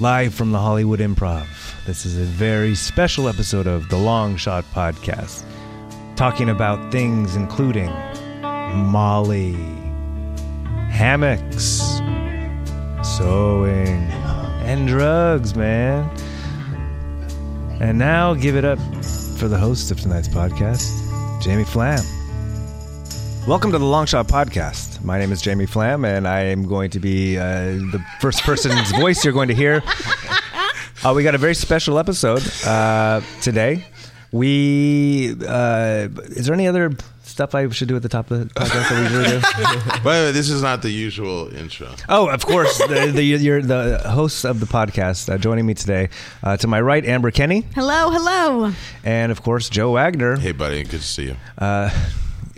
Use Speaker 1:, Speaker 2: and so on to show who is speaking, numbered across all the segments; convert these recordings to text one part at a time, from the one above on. Speaker 1: Live from the Hollywood Improv. This is a very special episode of the Long Shot Podcast, talking about things including Molly, hammocks, sewing, and drugs, man. And now give it up for the host of tonight's podcast, Jamie Flam. Welcome to the Long Shot Podcast. My name is Jamie Flam, and I am going to be uh, the first person's voice you're going to hear. Uh, we got a very special episode uh, today. We uh, is there any other stuff I should do at the top of the podcast that we usually do?
Speaker 2: By the way, this is not the usual intro.
Speaker 1: Oh, of course, the, the, you're the hosts of the podcast uh, joining me today. Uh, to my right, Amber Kenny,
Speaker 3: Hello, hello.
Speaker 1: and of course, Joe Wagner.
Speaker 2: Hey, buddy, good to see you.
Speaker 1: Uh,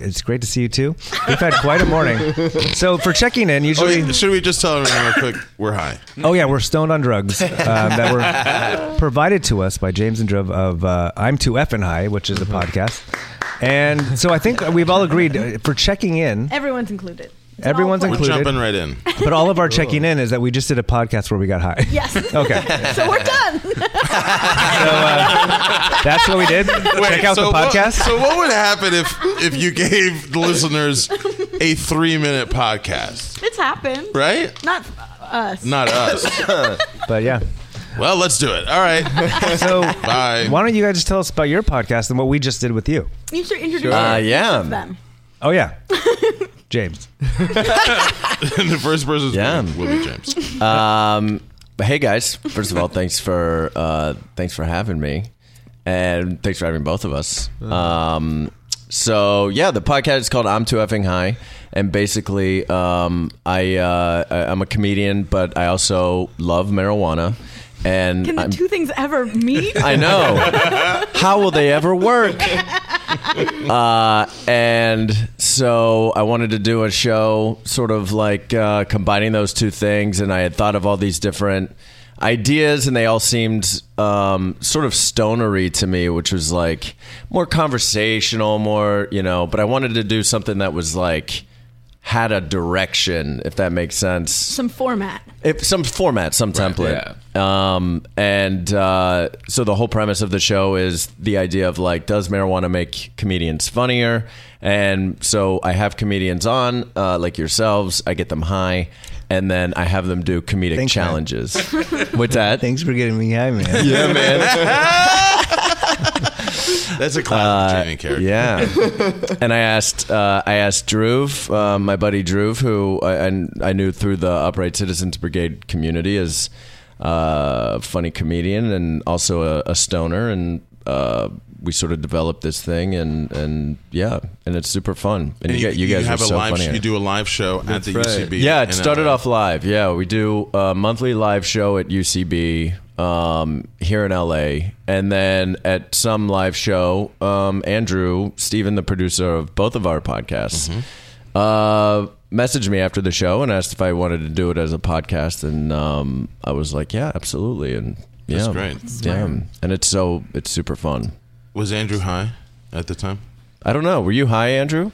Speaker 1: it's great to see you too. We've had quite a morning. So for checking in,
Speaker 2: Oh,
Speaker 1: usually,
Speaker 2: yeah, should we just tell everyone real quick we're high?
Speaker 1: oh yeah, we're stoned on drugs um, that were provided to us by James and Drew of uh, I'm Too Effin' High, which
Speaker 4: Mm-hmm.
Speaker 1: is a podcast. And so I think we've all agreed uh, for checking in,
Speaker 3: Everyone's included. It's
Speaker 1: Everyone's
Speaker 3: all
Speaker 2: We're
Speaker 3: planned.
Speaker 1: Included.
Speaker 2: jumping right in.
Speaker 1: but all of our checking in is that we just did a podcast where we got high.
Speaker 3: Yes.
Speaker 1: Okay,
Speaker 3: so we're done.
Speaker 1: so uh, that's what we did. Check out
Speaker 2: so
Speaker 1: the
Speaker 2: What,
Speaker 1: podcast.
Speaker 2: so what would happen if if you gave the listeners a three minute podcast?
Speaker 3: it's happened.
Speaker 2: Right?
Speaker 3: Not uh, us.
Speaker 2: Not us.
Speaker 1: But yeah.
Speaker 2: well, let's do it. All right.
Speaker 1: So
Speaker 2: Bye.
Speaker 1: why don't you guys just tell us about your podcast and what we just did with you?
Speaker 3: You should introduce
Speaker 5: Uh,
Speaker 3: them.
Speaker 5: yeah.
Speaker 1: Oh yeah. James.
Speaker 2: the first person
Speaker 5: Yeah.
Speaker 2: will be James.
Speaker 5: Um, but hey guys, first of all, thanks for uh, thanks for having me, and thanks for having both of us. Um, so yeah, the podcast is called "I'm Too Effing High," and basically, um, I uh, I- I'm a comedian, but I also love marijuana, and
Speaker 3: Can the
Speaker 5: I'm,
Speaker 3: two things ever meet?
Speaker 5: I know. How will they ever work? Uh, and so I wanted to do a show sort of like uh, combining those two things. And I had thought of all these different ideas, and they all seemed um, sort of stonery to me, which was like more conversational, more, you know, but I wanted to do something that was like had a direction, if that makes sense
Speaker 3: Some format.
Speaker 5: if some format, some template. Um, and uh, so the whole premise of the show is the idea of like, does marijuana make comedians funnier? And so I have comedians on, uh, like yourselves. I get them high, and then I have them do comedic
Speaker 1: Thanks, man.
Speaker 5: challenges. With that,
Speaker 1: Thanks for getting me high, man.
Speaker 5: yeah, man.
Speaker 2: That's a classic Jamie character.
Speaker 5: Uh, Yeah, and I asked, uh, I asked Drew, uh, my buddy Drew, who I, I, I knew through the Upright Citizens Brigade community, is uh, a funny comedian and also a, a stoner, and uh, we sort of developed this thing, and and yeah, and it's super fun. And, you,
Speaker 2: You,
Speaker 5: gu- you,
Speaker 2: you
Speaker 5: guys
Speaker 2: have
Speaker 5: are
Speaker 2: a
Speaker 5: so
Speaker 2: live.
Speaker 5: funny.
Speaker 2: You do a live show at the UCB.
Speaker 5: Yeah,
Speaker 2: in uh,
Speaker 5: it started
Speaker 2: LA.
Speaker 5: off live. Yeah, we do a monthly live show at UCB um, here in LA. And then at some live show, um, Andrew, Steven, the producer of both of our podcasts,
Speaker 2: Mm-hmm.
Speaker 5: uh, messaged me after the show and asked if I wanted to do it as a podcast. And um, I was like, yeah, absolutely. And
Speaker 2: That's
Speaker 5: yeah,
Speaker 2: great.
Speaker 5: Yeah. And it's so, it's super fun.
Speaker 2: Was Andrew high at the time?
Speaker 5: I don't know. Were you high, Andrew,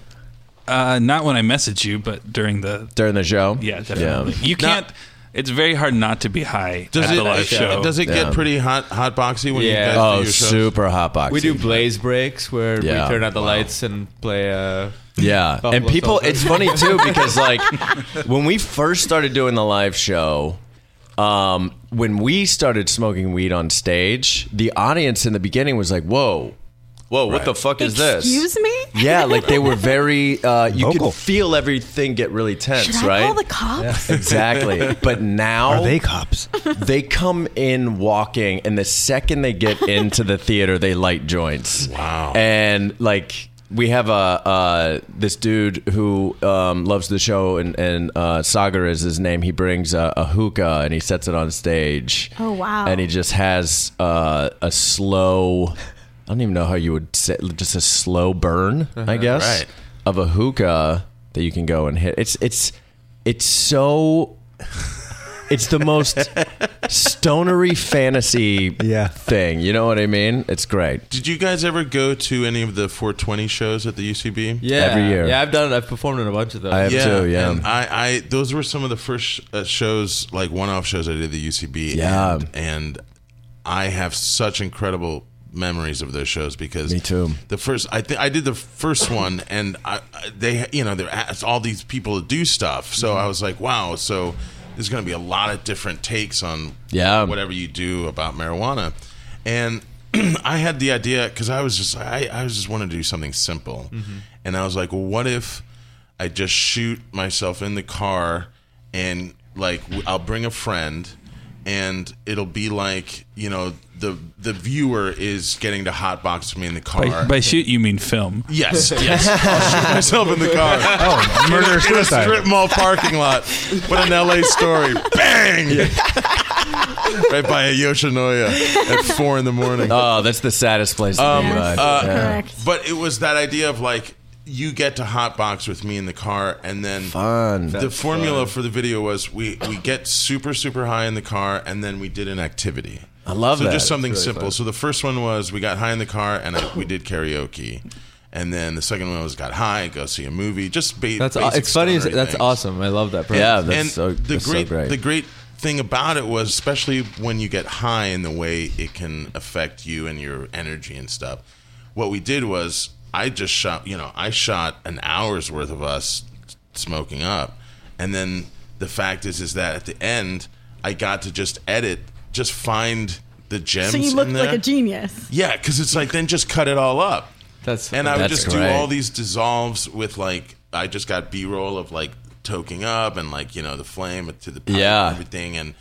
Speaker 6: Uh, not when I message you, but during the
Speaker 5: during the show?
Speaker 6: yeah, definitely. You can't. it's very hard not to be high
Speaker 2: Does
Speaker 6: at
Speaker 2: it
Speaker 6: the live show.
Speaker 2: does it get
Speaker 5: Yeah.
Speaker 2: pretty hot hot boxy when
Speaker 4: Yeah.
Speaker 2: you guys do
Speaker 5: Oh,
Speaker 2: your shows?
Speaker 5: super hot box.
Speaker 4: We do blaze breaks where
Speaker 5: Yeah.
Speaker 4: we turn out the lights and play. Uh,
Speaker 5: Yeah.
Speaker 4: Buffalo
Speaker 5: and people,
Speaker 4: Soldier.
Speaker 5: it's funny too because like when we first started doing the live show, um, when we started smoking weed on stage, the audience in the beginning was like, "Whoa, whoa, what the fuck is this?"
Speaker 3: Excuse me?
Speaker 5: Yeah, like they were very. Uh, you
Speaker 1: Vocal.
Speaker 5: could feel everything get really tense,
Speaker 3: Should
Speaker 5: right?
Speaker 3: I call the cops?
Speaker 5: exactly. But now
Speaker 1: Are they cops?
Speaker 5: they come in walking, and the second they get into the theater, they light joints.
Speaker 2: Wow.
Speaker 5: And like we have a uh, this dude who um, loves the show, and and uh, Sagar is his name. He brings a, a hookah and he sets it on stage.
Speaker 3: Oh, wow.
Speaker 5: And he just has uh, a slow. I don't even know how you would say just a slow burn, I guess,
Speaker 2: right.
Speaker 5: of a hookah that you can go and hit. It's it's it's so
Speaker 7: it's the most stonery fantasy
Speaker 1: Yeah.
Speaker 7: thing. You know what I mean? It's great.
Speaker 2: Did you guys ever go to any of the 420 shows at the UCB?
Speaker 5: Yeah,
Speaker 7: Every year.
Speaker 5: Yeah, I've done. I've performed in a bunch of those.
Speaker 7: I have too. Yeah.
Speaker 2: And I, I, those were some of the first uh, shows, like one-off shows I did at the UCB.
Speaker 7: Yeah.
Speaker 2: and, and I have such incredible memories of those shows because
Speaker 7: Me too.
Speaker 2: The first, I think I did the first one, and I, I- they, you know, they're asked all these people to do stuff, so I was like, wow, so there's going to be a lot of different takes on
Speaker 7: Yeah.
Speaker 2: whatever you do about marijuana, and. I had the idea because I was just I, I was just wanted to do something simple, and I was like, well, what if I just shoot myself in the car and like w- I'll bring a friend and it'll be like, you know, the the viewer is getting to hotbox me in the car.
Speaker 6: By, by shoot, you mean film.
Speaker 2: Yes, yes. I'll shoot myself in the car. Oh,
Speaker 1: murder
Speaker 2: in, a
Speaker 1: suicide.
Speaker 2: strip mall parking lot. What an LA story. Bang! right by a Yoshinoya at four in the morning.
Speaker 7: Oh, that's the saddest place to
Speaker 5: Um,
Speaker 7: be. Right?
Speaker 2: uh,
Speaker 7: Yeah.
Speaker 3: Correct.
Speaker 2: But it was that idea of like you get to hotbox with me in the car, and then
Speaker 7: Fun.
Speaker 2: the formula for the video was we we get super super high in the car, and then we did an activity.
Speaker 7: I love
Speaker 2: so
Speaker 7: that.
Speaker 2: just something simple. So the first one was we got high in the car, and I, we did karaoke. And then the second one was got high, go see a movie. Just ba-
Speaker 5: That's
Speaker 2: basic
Speaker 5: it's funny.
Speaker 2: stoner
Speaker 5: That's
Speaker 2: things
Speaker 5: awesome. I love that. Premise.
Speaker 7: Yeah, that's
Speaker 2: and
Speaker 7: so,
Speaker 2: the
Speaker 7: that's so
Speaker 2: great,
Speaker 7: great.
Speaker 2: the great thing about it was, especially when you get high in the way it can affect you and your energy and stuff. What we did was, I just shot, you know, I shot an hour's worth of us smoking up, and then the fact is, is that at the end, I got to just edit, just find the gems.
Speaker 3: So you
Speaker 2: in
Speaker 3: looked
Speaker 2: there.
Speaker 3: like a genius.
Speaker 2: Yeah, because it's like then just cut it all up.
Speaker 5: That's-
Speaker 2: and I would
Speaker 7: That's
Speaker 2: just do
Speaker 7: great.
Speaker 2: all these dissolves with like I just got B roll of like toking up and like you know the flame to the pipe
Speaker 7: Yeah.
Speaker 2: and everything and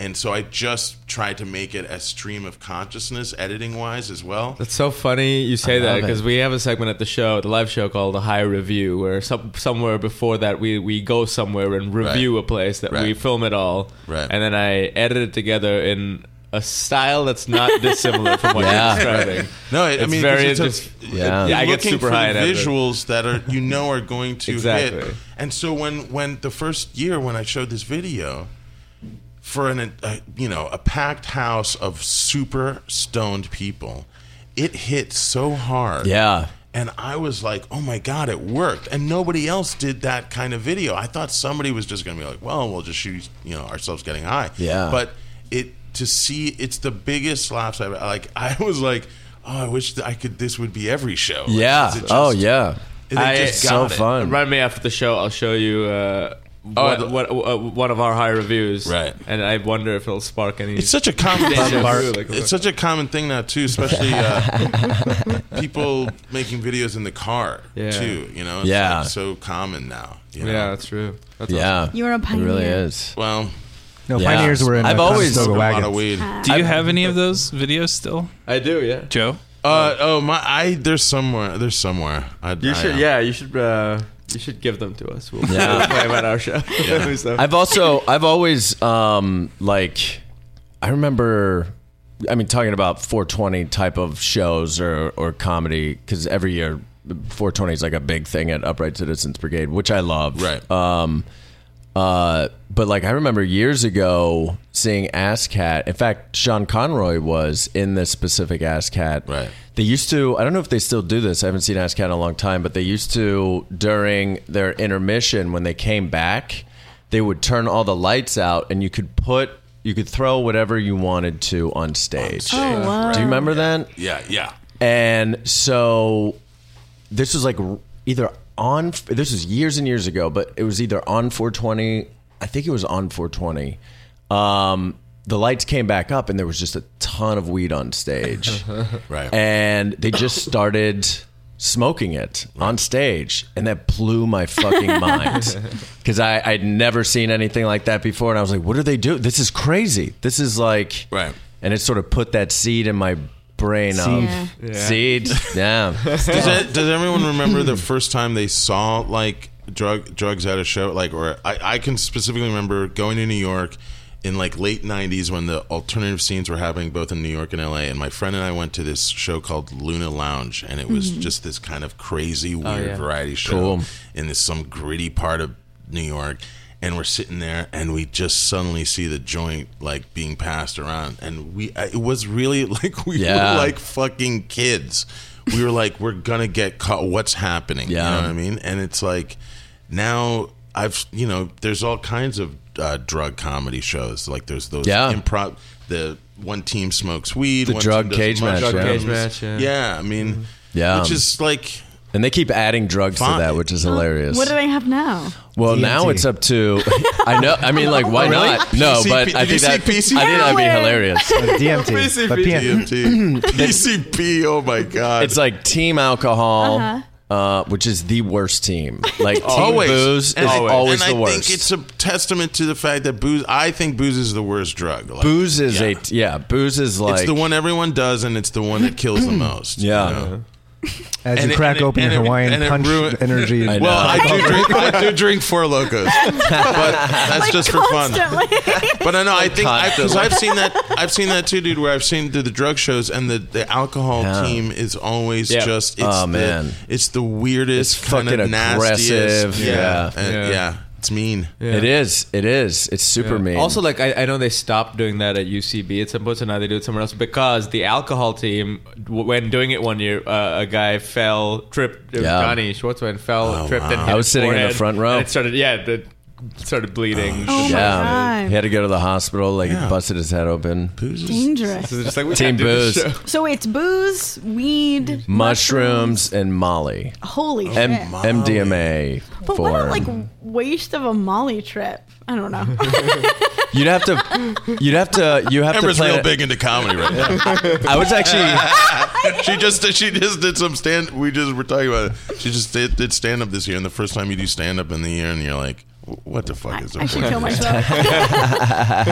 Speaker 2: and so I just tried to make it a stream of consciousness editing wise as well.
Speaker 5: That's so funny you say that
Speaker 7: love it.
Speaker 5: because we have a segment at the show, the live show called the High Review, where some, somewhere before that we, we go somewhere and review
Speaker 2: Right.
Speaker 5: a place that we
Speaker 2: Right.
Speaker 5: film it all,
Speaker 2: Right.
Speaker 5: and then I edit it together in a style that's not dissimilar from what
Speaker 7: Yeah.
Speaker 5: you're describing.
Speaker 2: No, I- I
Speaker 5: It's
Speaker 2: mean
Speaker 5: very
Speaker 2: it's a-
Speaker 5: just-
Speaker 7: Yeah.
Speaker 2: you're
Speaker 5: I get
Speaker 2: looking
Speaker 5: super
Speaker 2: for
Speaker 5: high
Speaker 2: the
Speaker 5: in editing.
Speaker 2: visuals that are you know are going to hit.
Speaker 5: Exactly.
Speaker 2: And so when when the first year when I showed this video for an a, you know a packed house of super stoned people, it hit so hard.
Speaker 7: yeah.
Speaker 2: And I was like, oh my God, it worked. And nobody else did that kind of video. I thought somebody was just going to be like, well, we'll just shoot, you know, ourselves getting high.
Speaker 7: Yeah.
Speaker 2: But it, to see, it's the biggest laughs I've, like, I was like, oh, I wish that I could, this would be every show. Like,
Speaker 7: Yeah.
Speaker 2: 'cause it just-
Speaker 7: oh, yeah.
Speaker 2: They
Speaker 5: I-
Speaker 2: just
Speaker 7: So
Speaker 2: got it.
Speaker 7: fun. Oh,
Speaker 5: Remind me after the show, I'll show you. Uh,
Speaker 2: the-
Speaker 5: what, what, uh, one of our high reviews,
Speaker 2: Right.
Speaker 5: And I wonder if it'll spark any.
Speaker 2: It's such a common
Speaker 5: Bob Bark.
Speaker 2: It's such a common thing now too, especially uh, people making videos in the car
Speaker 5: Yeah.
Speaker 2: too. You know, it's
Speaker 7: Yeah.
Speaker 2: like so common now. You know?
Speaker 5: yeah, that's true. That's
Speaker 7: Yeah.
Speaker 3: You were a
Speaker 7: It really
Speaker 3: pioneer.
Speaker 7: is.
Speaker 2: Well,
Speaker 1: No,
Speaker 7: Yeah.
Speaker 1: pioneers were in.
Speaker 7: I've
Speaker 1: uh,
Speaker 7: always-
Speaker 2: smoked
Speaker 1: Conestoga
Speaker 2: a lot
Speaker 1: wagons.
Speaker 2: of weed.
Speaker 6: Do you have any of those videos still,
Speaker 5: awesome. I do. Yeah,
Speaker 6: Joe?
Speaker 2: Uh oh my! I there's somewhere there's somewhere. I,
Speaker 5: You
Speaker 2: I
Speaker 5: should,
Speaker 2: am.
Speaker 5: yeah, you should, uh, you should give them to us. We'll
Speaker 7: Yeah.
Speaker 5: yeah. play them at our show. So-
Speaker 7: I've also I've always um like I remember I mean talking about 420 type of shows or or comedy cuz every year 420 is like a big thing at Upright Citizens Brigade which I love.
Speaker 2: Right.
Speaker 7: Um uh but like I remember years ago seeing Ass Cat. In fact, Sean Conroy was in this specific Ass Cat.
Speaker 2: Right.
Speaker 7: They used to, I don't know if they still do this. I haven't seen Ask Cat in a long time, but they used to, during their intermission, when they came back, they would turn all the lights out and you could put, you could throw whatever you wanted to on stage.
Speaker 3: Oh, wow.
Speaker 7: Do you remember that?
Speaker 2: Yeah, yeah.
Speaker 7: And so this was like r- either on, this was years and years ago, but it was either on 420, I think it was on 420. Um, the lights came back up and there was just a ton of weed on stage.
Speaker 2: Right.
Speaker 7: and they just started smoking it on stage and that blew my fucking mind because i'd never seen anything like that before and i was like what do they do this is crazy this is like
Speaker 2: Right.
Speaker 7: and it sort of put that seed in my brain of
Speaker 3: Yeah.
Speaker 7: seed yeah
Speaker 2: does that, does everyone remember the first time they saw like drug drugs at a show? Like, or I, I can specifically remember going to New York in like late '90s when the alternative scenes were happening both in New York and LA. And my friend and I went to this show called Luna Lounge, and it was just this kind of crazy weird
Speaker 5: yeah.
Speaker 2: variety show
Speaker 7: Mm-hmm. Oh, Cool.
Speaker 2: in this some gritty part of New York. and we're sitting there and we just suddenly see the joint like being passed around and we I- it was really like we
Speaker 7: Yeah.
Speaker 2: were like fucking kids we were like we're gonna get caught what's happening you
Speaker 7: Yeah.
Speaker 2: know what i mean and it's like now i've you know there's all kinds of uh, drug comedy shows like there's those
Speaker 7: Yeah.
Speaker 2: improv the one team smokes weed
Speaker 7: The
Speaker 2: one
Speaker 7: drug
Speaker 2: team does
Speaker 7: cage match,
Speaker 2: mushrooms.
Speaker 5: yeah. Drug cage match, yeah.
Speaker 2: yeah i mean
Speaker 7: Yeah.
Speaker 2: which is like
Speaker 7: And they keep adding drugs
Speaker 2: Fine.
Speaker 7: to that, which is hilarious.
Speaker 3: What do they have now?
Speaker 7: well, now
Speaker 1: DMT.
Speaker 7: it's up to. I know. I mean, like, why
Speaker 2: Oh, really?
Speaker 7: not? No,
Speaker 2: PCP
Speaker 7: but I
Speaker 2: did you
Speaker 7: think that I
Speaker 2: see
Speaker 7: think that'd be
Speaker 3: Heroin.
Speaker 7: hilarious.
Speaker 1: DMT. But PM,
Speaker 2: DMT. PCP. Oh my god.
Speaker 7: It's like team alcohol. uh
Speaker 3: Uh-huh.
Speaker 7: which is the worst team? Like team
Speaker 2: always
Speaker 7: booze is
Speaker 2: And I-
Speaker 7: always,
Speaker 2: and
Speaker 7: the
Speaker 2: I
Speaker 7: worst.
Speaker 2: think it's a testament to the fact that booze. I think booze is the worst drug. Like,
Speaker 7: booze is
Speaker 2: yeah.
Speaker 7: a yeah. Booze is like
Speaker 2: It's the one everyone does, and it's the one that kills the most. you
Speaker 7: Yeah.
Speaker 2: know?
Speaker 1: as
Speaker 2: And
Speaker 1: you
Speaker 2: it-
Speaker 1: crack
Speaker 2: and it-
Speaker 1: open your
Speaker 2: and it-
Speaker 1: Hawaiian
Speaker 2: and it
Speaker 1: punch
Speaker 2: ruin-
Speaker 1: energy.
Speaker 7: I know.
Speaker 2: Well, I do drink. I do drink four locos, but that's just for fun.
Speaker 3: Constantly.
Speaker 2: But I know. I think because
Speaker 7: Constantly.
Speaker 2: I've seen that. I've seen that too, dude. Where I've seen the, the drug shows and the, the alcohol
Speaker 7: Yeah.
Speaker 2: team is always
Speaker 5: Yeah.
Speaker 2: just. It's
Speaker 7: Oh,
Speaker 2: the,
Speaker 7: man.
Speaker 2: it's the weirdest,
Speaker 7: It's
Speaker 2: kind of
Speaker 7: fucking aggressive,
Speaker 2: nastiest.
Speaker 7: yeah.
Speaker 2: and-
Speaker 5: Yeah.
Speaker 2: yeah. It's mean.
Speaker 7: It is. It is. It's super mean.
Speaker 5: Also, like I, I know they stopped doing that at UCB at some point, so now they do it somewhere else because the alcohol team, w- when doing it one year, uh, a guy fell, tripped. It was
Speaker 7: Yeah.
Speaker 5: Johnny Schwartzman fell,
Speaker 2: Oh,
Speaker 5: tripped, and
Speaker 2: wow.
Speaker 5: hit
Speaker 7: I was
Speaker 5: his
Speaker 7: sitting in the
Speaker 5: forehead,
Speaker 7: front row.
Speaker 5: And it started, yeah, it started bleeding.
Speaker 3: Oh my
Speaker 7: yeah,
Speaker 3: God.
Speaker 7: he had to go to the hospital. Like
Speaker 2: Yeah.
Speaker 7: busted his head open.
Speaker 2: Booze is
Speaker 3: Dangerous.
Speaker 5: So they're just like, we
Speaker 7: Team
Speaker 5: can't do this
Speaker 7: booze.
Speaker 5: show.
Speaker 3: So it's booze, weed,
Speaker 7: Mushrooms and Molly.
Speaker 3: Holy
Speaker 7: M-
Speaker 3: shit.
Speaker 2: Molly.
Speaker 7: MDMA
Speaker 3: But
Speaker 7: form.
Speaker 3: what a like waste of a Molly trip. I don't know.
Speaker 7: you'd have to, you'd have to, you have
Speaker 2: Amber's
Speaker 7: to plan
Speaker 2: real
Speaker 7: it-
Speaker 2: big into comedy right now.
Speaker 7: I was actually,
Speaker 2: she just she just did some stand. We just were talking about it. She just did, did stand up this year, and the first time you do stand up in the year, and you're like, "What the fuck is the
Speaker 3: I should
Speaker 2: point?"
Speaker 3: kill
Speaker 2: of this?"
Speaker 3: myself.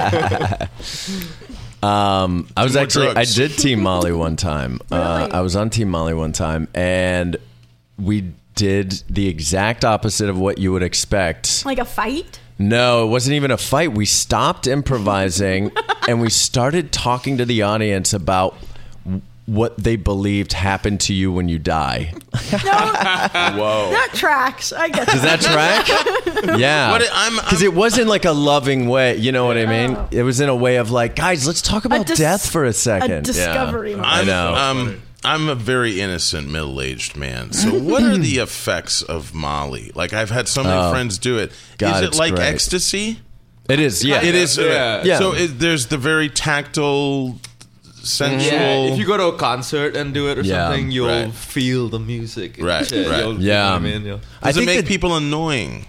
Speaker 7: um, I was
Speaker 2: more
Speaker 7: actually,
Speaker 2: drugs.
Speaker 7: I did Team Molly one time. Uh,
Speaker 3: Really?
Speaker 7: I was on Team Molly one time, and we did the exact opposite of what you would expect.
Speaker 3: like a fight?
Speaker 7: No, it wasn't even a fight. We stopped improvising and we started talking to the audience about w- what they believed happened to you when you die.
Speaker 3: That tracks. I guess.
Speaker 7: Does that track? Yeah.
Speaker 2: What it- I'm-
Speaker 7: Because it wasn't like a loving way, you know what I mean? It was in a way of like, guys, let's talk about
Speaker 3: dis-
Speaker 7: death for a second.
Speaker 3: a discovery moment.
Speaker 7: I
Speaker 2: I'm,
Speaker 7: know.
Speaker 2: Um, I'm a very innocent middle-aged man. So, what are the effects of Molly? Like, I've had so many friends do it. Is
Speaker 7: Oh. God,
Speaker 2: it
Speaker 7: it's
Speaker 2: like
Speaker 7: great.
Speaker 2: ecstasy?
Speaker 7: It is, yeah.
Speaker 2: It is. uh,
Speaker 5: Yeah.
Speaker 7: Yeah.
Speaker 2: So it, there's the very tactile, sensual.
Speaker 5: Yeah, if you go to a concert and do it or
Speaker 7: Yeah.
Speaker 5: something, you'll
Speaker 2: Right.
Speaker 5: feel the music. and
Speaker 2: Right,
Speaker 5: shit.
Speaker 2: right.
Speaker 5: You'll- you know
Speaker 7: Yeah.
Speaker 5: what I mean? You'll-
Speaker 7: I
Speaker 2: does it
Speaker 7: think
Speaker 2: make
Speaker 7: that-
Speaker 2: people annoying?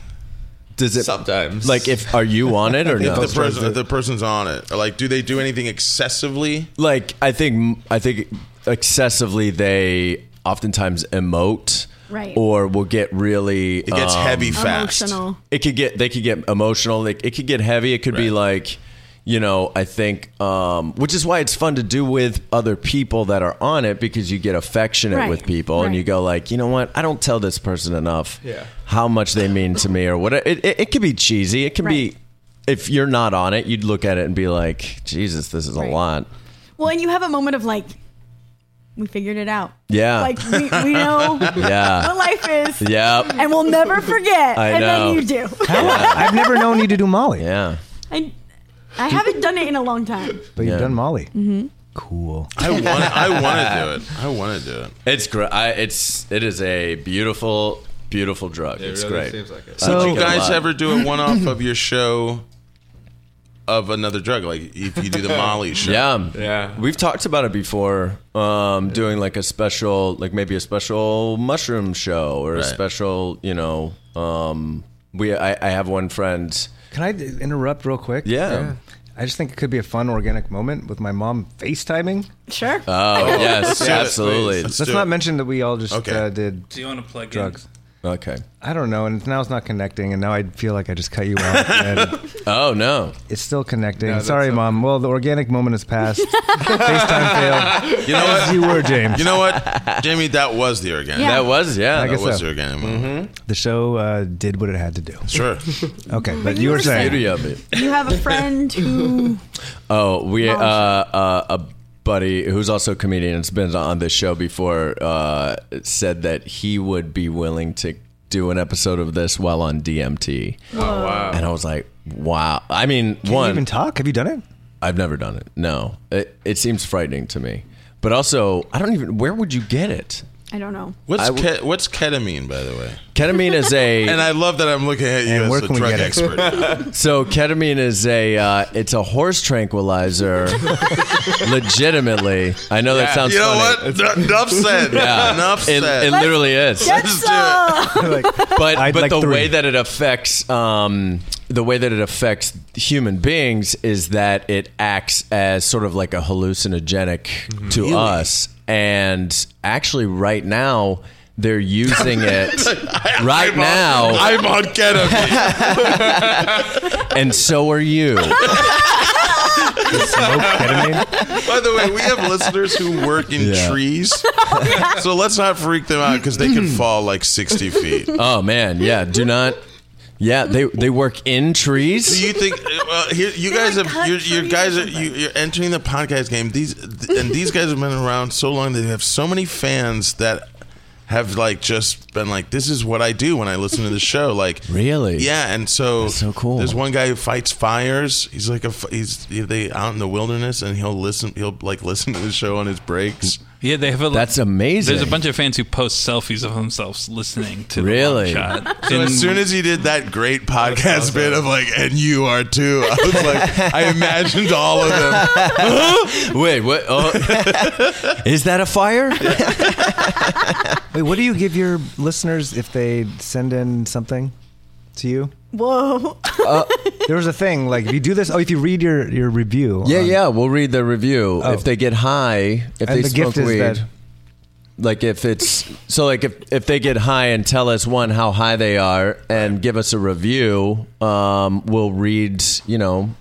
Speaker 7: Does it,
Speaker 5: sometimes,
Speaker 7: like, if are you on it or no?
Speaker 2: The person, if the person's on it, or like, do they do anything excessively?
Speaker 7: like I think I think excessively they oftentimes emote
Speaker 3: Right.
Speaker 7: or will get really um,
Speaker 2: It gets heavy fast.
Speaker 3: Um, Emotional.
Speaker 7: it could get they could get emotional like it could get heavy it could be like you know i think um, which is why it's fun to do with other people that are on it because you get affectionate
Speaker 3: Right,
Speaker 7: with people and
Speaker 3: right.
Speaker 7: you go like you know what i don't tell this person enough
Speaker 5: Yeah.
Speaker 7: how much they mean to me or what it, it, it could be cheesy it can
Speaker 3: Right.
Speaker 7: be if you're not on it you'd look at it and be like jesus this is a
Speaker 3: Right.
Speaker 7: lot
Speaker 3: Well, and you have a moment of like, we figured it out.
Speaker 7: yeah
Speaker 3: Like we, we know
Speaker 7: yeah
Speaker 3: what life is,
Speaker 7: yeah
Speaker 3: and we'll never forget.
Speaker 7: I
Speaker 3: and
Speaker 7: know.
Speaker 3: then you do.
Speaker 1: I've never known you to do Molly,
Speaker 7: yeah
Speaker 3: I, I haven't done it in a long time.
Speaker 1: but you've
Speaker 7: Yeah.
Speaker 1: done Molly. Mm-hmm. Cool.
Speaker 2: I want. I want to do it. I want to do it.
Speaker 7: it's great it's it is a beautiful beautiful drug
Speaker 5: It
Speaker 7: it's
Speaker 5: really
Speaker 7: great
Speaker 5: seems like it.
Speaker 7: I like
Speaker 2: you
Speaker 7: it a
Speaker 2: guys
Speaker 7: lot.
Speaker 2: ever do a one off of your show of another drug? Like if you do the Molly show.
Speaker 7: Yeah.
Speaker 5: Yeah.
Speaker 7: We've talked about it before. Um, doing like a special, like maybe a special mushroom show or a
Speaker 2: Right.
Speaker 7: special, you know, um, we, I, I have one friend.
Speaker 1: Can I d- interrupt real quick?
Speaker 7: Yeah. Yeah.
Speaker 1: I just think it could be a fun organic moment with my mom FaceTiming.
Speaker 3: Sure.
Speaker 7: Oh, yes,
Speaker 2: let's do it,
Speaker 7: absolutely.
Speaker 2: please.
Speaker 1: Let's
Speaker 2: do
Speaker 1: not
Speaker 2: it.
Speaker 1: mention that we all just
Speaker 2: Okay.
Speaker 1: uh, did.
Speaker 6: Do you want to plug
Speaker 1: Drugs.
Speaker 7: Okay.
Speaker 1: I don't know, and now it's not connecting, and now I feel like I just cut you off. and
Speaker 7: Oh, no.
Speaker 1: it's still connecting.
Speaker 5: that's
Speaker 1: Sorry,
Speaker 5: okay.
Speaker 1: mom. Well, the organic moment has passed. FaceTime failed.
Speaker 2: You know
Speaker 1: As you
Speaker 2: what?
Speaker 1: were, James.
Speaker 2: You know what, Jamie? That was the organic.
Speaker 3: Yeah.
Speaker 7: That was, yeah.
Speaker 1: I
Speaker 2: That
Speaker 1: guess
Speaker 2: was
Speaker 1: so.
Speaker 2: the organic moment.
Speaker 1: the show uh, did what it had to do.
Speaker 2: Sure.
Speaker 1: Okay, but, you
Speaker 3: you
Speaker 1: were
Speaker 3: were
Speaker 1: saying
Speaker 7: Beauty of it.
Speaker 3: You have a friend who
Speaker 7: Oh, we uh, uh, a buddy who's also a comedian. It's been on this show before. Uh, said that he would be willing to do an episode of this while on DMT.
Speaker 2: Oh, wow.
Speaker 7: And I was like, wow. I mean, one,
Speaker 1: you even talk? Have you done it?
Speaker 7: I've never done it. No, it, it seems frightening to me. But also, I don't even, where would you get it?
Speaker 3: I don't know.
Speaker 2: What's
Speaker 7: I w-
Speaker 2: ke- what's ketamine, by the way?
Speaker 7: Ketamine is a.
Speaker 2: And I love that I'm looking at you
Speaker 1: And
Speaker 2: as
Speaker 1: where
Speaker 2: a
Speaker 1: can we
Speaker 2: drug
Speaker 1: get it?
Speaker 2: expert.
Speaker 7: So ketamine is a uh, it's a horse tranquilizer. legitimately, I know that sounds
Speaker 2: you know
Speaker 7: funny.
Speaker 2: what? Enough said. Enough
Speaker 7: It,
Speaker 2: said.
Speaker 7: it literally is.
Speaker 2: Let's do it.
Speaker 1: like,
Speaker 7: But
Speaker 1: I'd
Speaker 7: but
Speaker 1: like
Speaker 7: the
Speaker 1: three.
Speaker 7: way that it affects um, the way that it affects human beings is that it acts as sort of like a hallucinogenic to us. And actually, right now they're using it. right
Speaker 2: I'm
Speaker 7: now,
Speaker 2: on, I'm on ketamine.
Speaker 7: and so are you.
Speaker 1: smoke ketamine?
Speaker 2: By the way, we have listeners who work in
Speaker 7: Yeah.
Speaker 2: trees, so let's not freak them out because they
Speaker 7: Hmm.
Speaker 2: can fall like sixty feet.
Speaker 7: Oh man, yeah. Do not. Yeah, they they work in trees.
Speaker 2: Do you think? uh, Well, here, you
Speaker 3: They're
Speaker 2: guys
Speaker 3: like
Speaker 2: have
Speaker 3: cut
Speaker 2: you're, you're
Speaker 3: trees
Speaker 2: guys
Speaker 3: or
Speaker 2: are, you, you're entering the podcast game. These and these guys have been around so long. They have so many fans that have like just been like, "This is what I do when I listen to the show." Like,
Speaker 7: Really?
Speaker 2: Yeah. And so,
Speaker 7: so cool.
Speaker 2: There's one guy who fights fires. He's like a f- he's they out in the wilderness, and he'll listen. He'll like listen to the show on his breaks.
Speaker 6: Yeah, they have a.
Speaker 7: That's amazing.
Speaker 6: There's a bunch of fans who post selfies of themselves listening to the
Speaker 7: Really?
Speaker 6: long shot.
Speaker 2: So as soon as he did that great podcast bit of like, and you are too, I was like, I imagined all of them.
Speaker 7: Wait, what? Oh. Is that a fire?
Speaker 1: Wait, what do you give your listeners if they send in something to you?
Speaker 3: Whoa.
Speaker 1: There was a thing like if you do this. Oh, if you read your your review.
Speaker 7: Yeah,
Speaker 1: on-
Speaker 7: yeah. We'll read the review.
Speaker 1: Oh.
Speaker 7: If they get high, if
Speaker 1: And
Speaker 7: they
Speaker 1: the
Speaker 7: smoke
Speaker 1: gift is
Speaker 7: weed,
Speaker 1: that
Speaker 7: like if it's so, like if if they get high and tell us one how high they are and give us a review, um, we'll read. You know,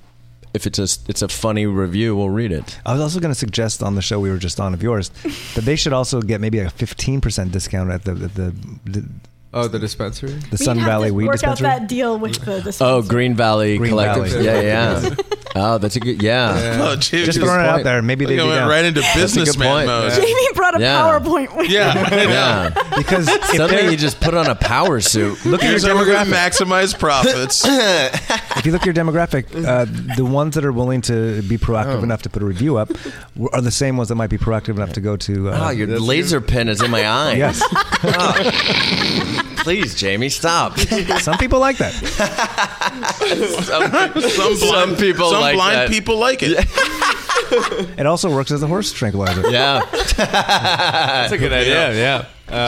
Speaker 7: if it's a it's a funny review, we'll read it.
Speaker 1: I was also going to suggest on the show we were just on of yours that they should also get maybe a fifteen percent discount at the the the, the,
Speaker 5: Oh, the dispensary.
Speaker 1: the
Speaker 3: We
Speaker 1: Sun
Speaker 3: have
Speaker 1: Valley
Speaker 3: to
Speaker 1: Weed
Speaker 3: work
Speaker 1: Dispensary.
Speaker 3: out that deal with the
Speaker 7: Oh,
Speaker 3: dispensary.
Speaker 7: Green Valley
Speaker 1: Green
Speaker 7: Collective.
Speaker 1: Valley.
Speaker 7: Yeah, yeah. oh, that's a good. Yeah.
Speaker 2: Oh, dude,
Speaker 1: Just
Speaker 2: just-
Speaker 1: throwing it out
Speaker 7: point.
Speaker 1: there. Maybe
Speaker 2: They
Speaker 1: they'd be
Speaker 2: went
Speaker 1: down
Speaker 2: right into businessman
Speaker 7: point.
Speaker 2: mode.
Speaker 3: Jamie brought a
Speaker 7: Yeah.
Speaker 3: PowerPoint with
Speaker 2: Yeah.
Speaker 7: Yeah.
Speaker 1: because if
Speaker 7: Suddenly
Speaker 1: they're-
Speaker 7: you just put on a power suit.
Speaker 1: look at your
Speaker 2: Here's how we're
Speaker 1: demographic.
Speaker 2: going to maximize profits.
Speaker 1: if you look at your demographic, uh, the ones that are willing to be proactive enough to put a review up w- are the same ones that might be proactive enough to go to. Uh,
Speaker 7: Oh, your laser pen is in my eye.
Speaker 1: yes,
Speaker 7: Please, Jamie, stop.
Speaker 1: some people like that.
Speaker 2: Some blind,
Speaker 7: Some people
Speaker 2: some
Speaker 7: like
Speaker 2: blind
Speaker 7: that.
Speaker 2: people like it.
Speaker 1: It also works as a horse tranquilizer.
Speaker 7: Yeah.
Speaker 5: That's a good idea. Yeah.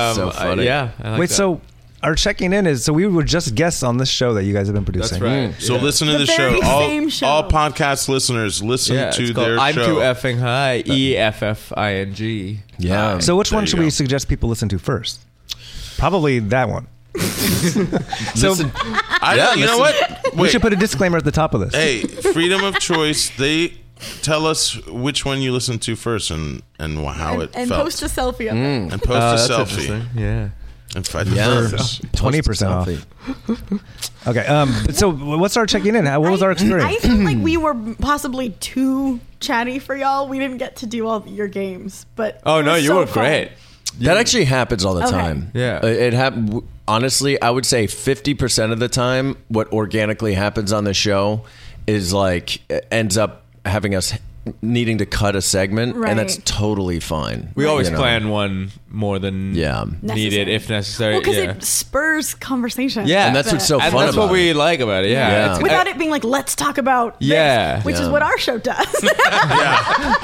Speaker 5: Um,
Speaker 7: So
Speaker 5: I-
Speaker 7: funny.
Speaker 5: yeah. I like
Speaker 1: Wait,
Speaker 5: that.
Speaker 1: so our checking in is so we were just guests on this show that you guys have been producing.
Speaker 5: that's right.
Speaker 2: So listen to the,
Speaker 3: The
Speaker 2: show.
Speaker 3: very
Speaker 2: All,
Speaker 3: same show.
Speaker 2: all podcast listeners, listen
Speaker 5: Yeah,
Speaker 2: to
Speaker 5: it's called
Speaker 2: their
Speaker 5: I'm
Speaker 2: show.
Speaker 5: too effing high. E F F I N G.
Speaker 7: Yeah.
Speaker 1: So which
Speaker 2: There
Speaker 1: one
Speaker 2: you
Speaker 1: should
Speaker 2: go.
Speaker 1: we suggest people listen to first? Probably that one. so
Speaker 2: I,
Speaker 7: Yeah,
Speaker 2: you know
Speaker 7: listen.
Speaker 2: what?
Speaker 1: we
Speaker 2: Wait.
Speaker 1: should put a disclaimer at the top of this.
Speaker 2: hey, freedom of choice. They tell us which one you listen to first and, and how Oh, it
Speaker 3: and
Speaker 2: felt.
Speaker 3: post a selfie of it.
Speaker 2: and post a selfie.
Speaker 5: Yeah.
Speaker 2: And find
Speaker 7: Yeah.
Speaker 2: the first.
Speaker 1: 20% off. Okay. Um. So what's our checking in? How, what was our
Speaker 3: I
Speaker 1: experience?
Speaker 3: think like we were possibly too chatty for y'all. We didn't get to do all your games, but
Speaker 5: Oh
Speaker 3: it
Speaker 5: no,
Speaker 3: was
Speaker 5: you
Speaker 3: so
Speaker 5: were
Speaker 3: fun.
Speaker 5: great.
Speaker 7: That actually happens all the
Speaker 3: Okay.
Speaker 7: time.
Speaker 5: Yeah.
Speaker 7: Uh, It happened. Honestly, I would say 50% of the time, what organically happens on the show is like uh, ends up having us needing to cut a segment,
Speaker 3: Right.
Speaker 7: and that's totally fine.
Speaker 5: We always
Speaker 7: You know?
Speaker 5: plan one more than
Speaker 7: Yeah.
Speaker 5: needed
Speaker 3: Necessary.
Speaker 5: if necessary.
Speaker 3: Well, because
Speaker 5: yeah.
Speaker 3: it spurs conversation.
Speaker 5: Yeah.
Speaker 7: And that's what's so
Speaker 5: and
Speaker 7: fun
Speaker 5: that's
Speaker 7: about
Speaker 5: what we like about it. Yeah.
Speaker 7: Yeah.
Speaker 5: It's-
Speaker 3: Without it being like, let's talk about
Speaker 5: Yeah.
Speaker 3: this, which is
Speaker 7: Yeah.
Speaker 3: what our show does.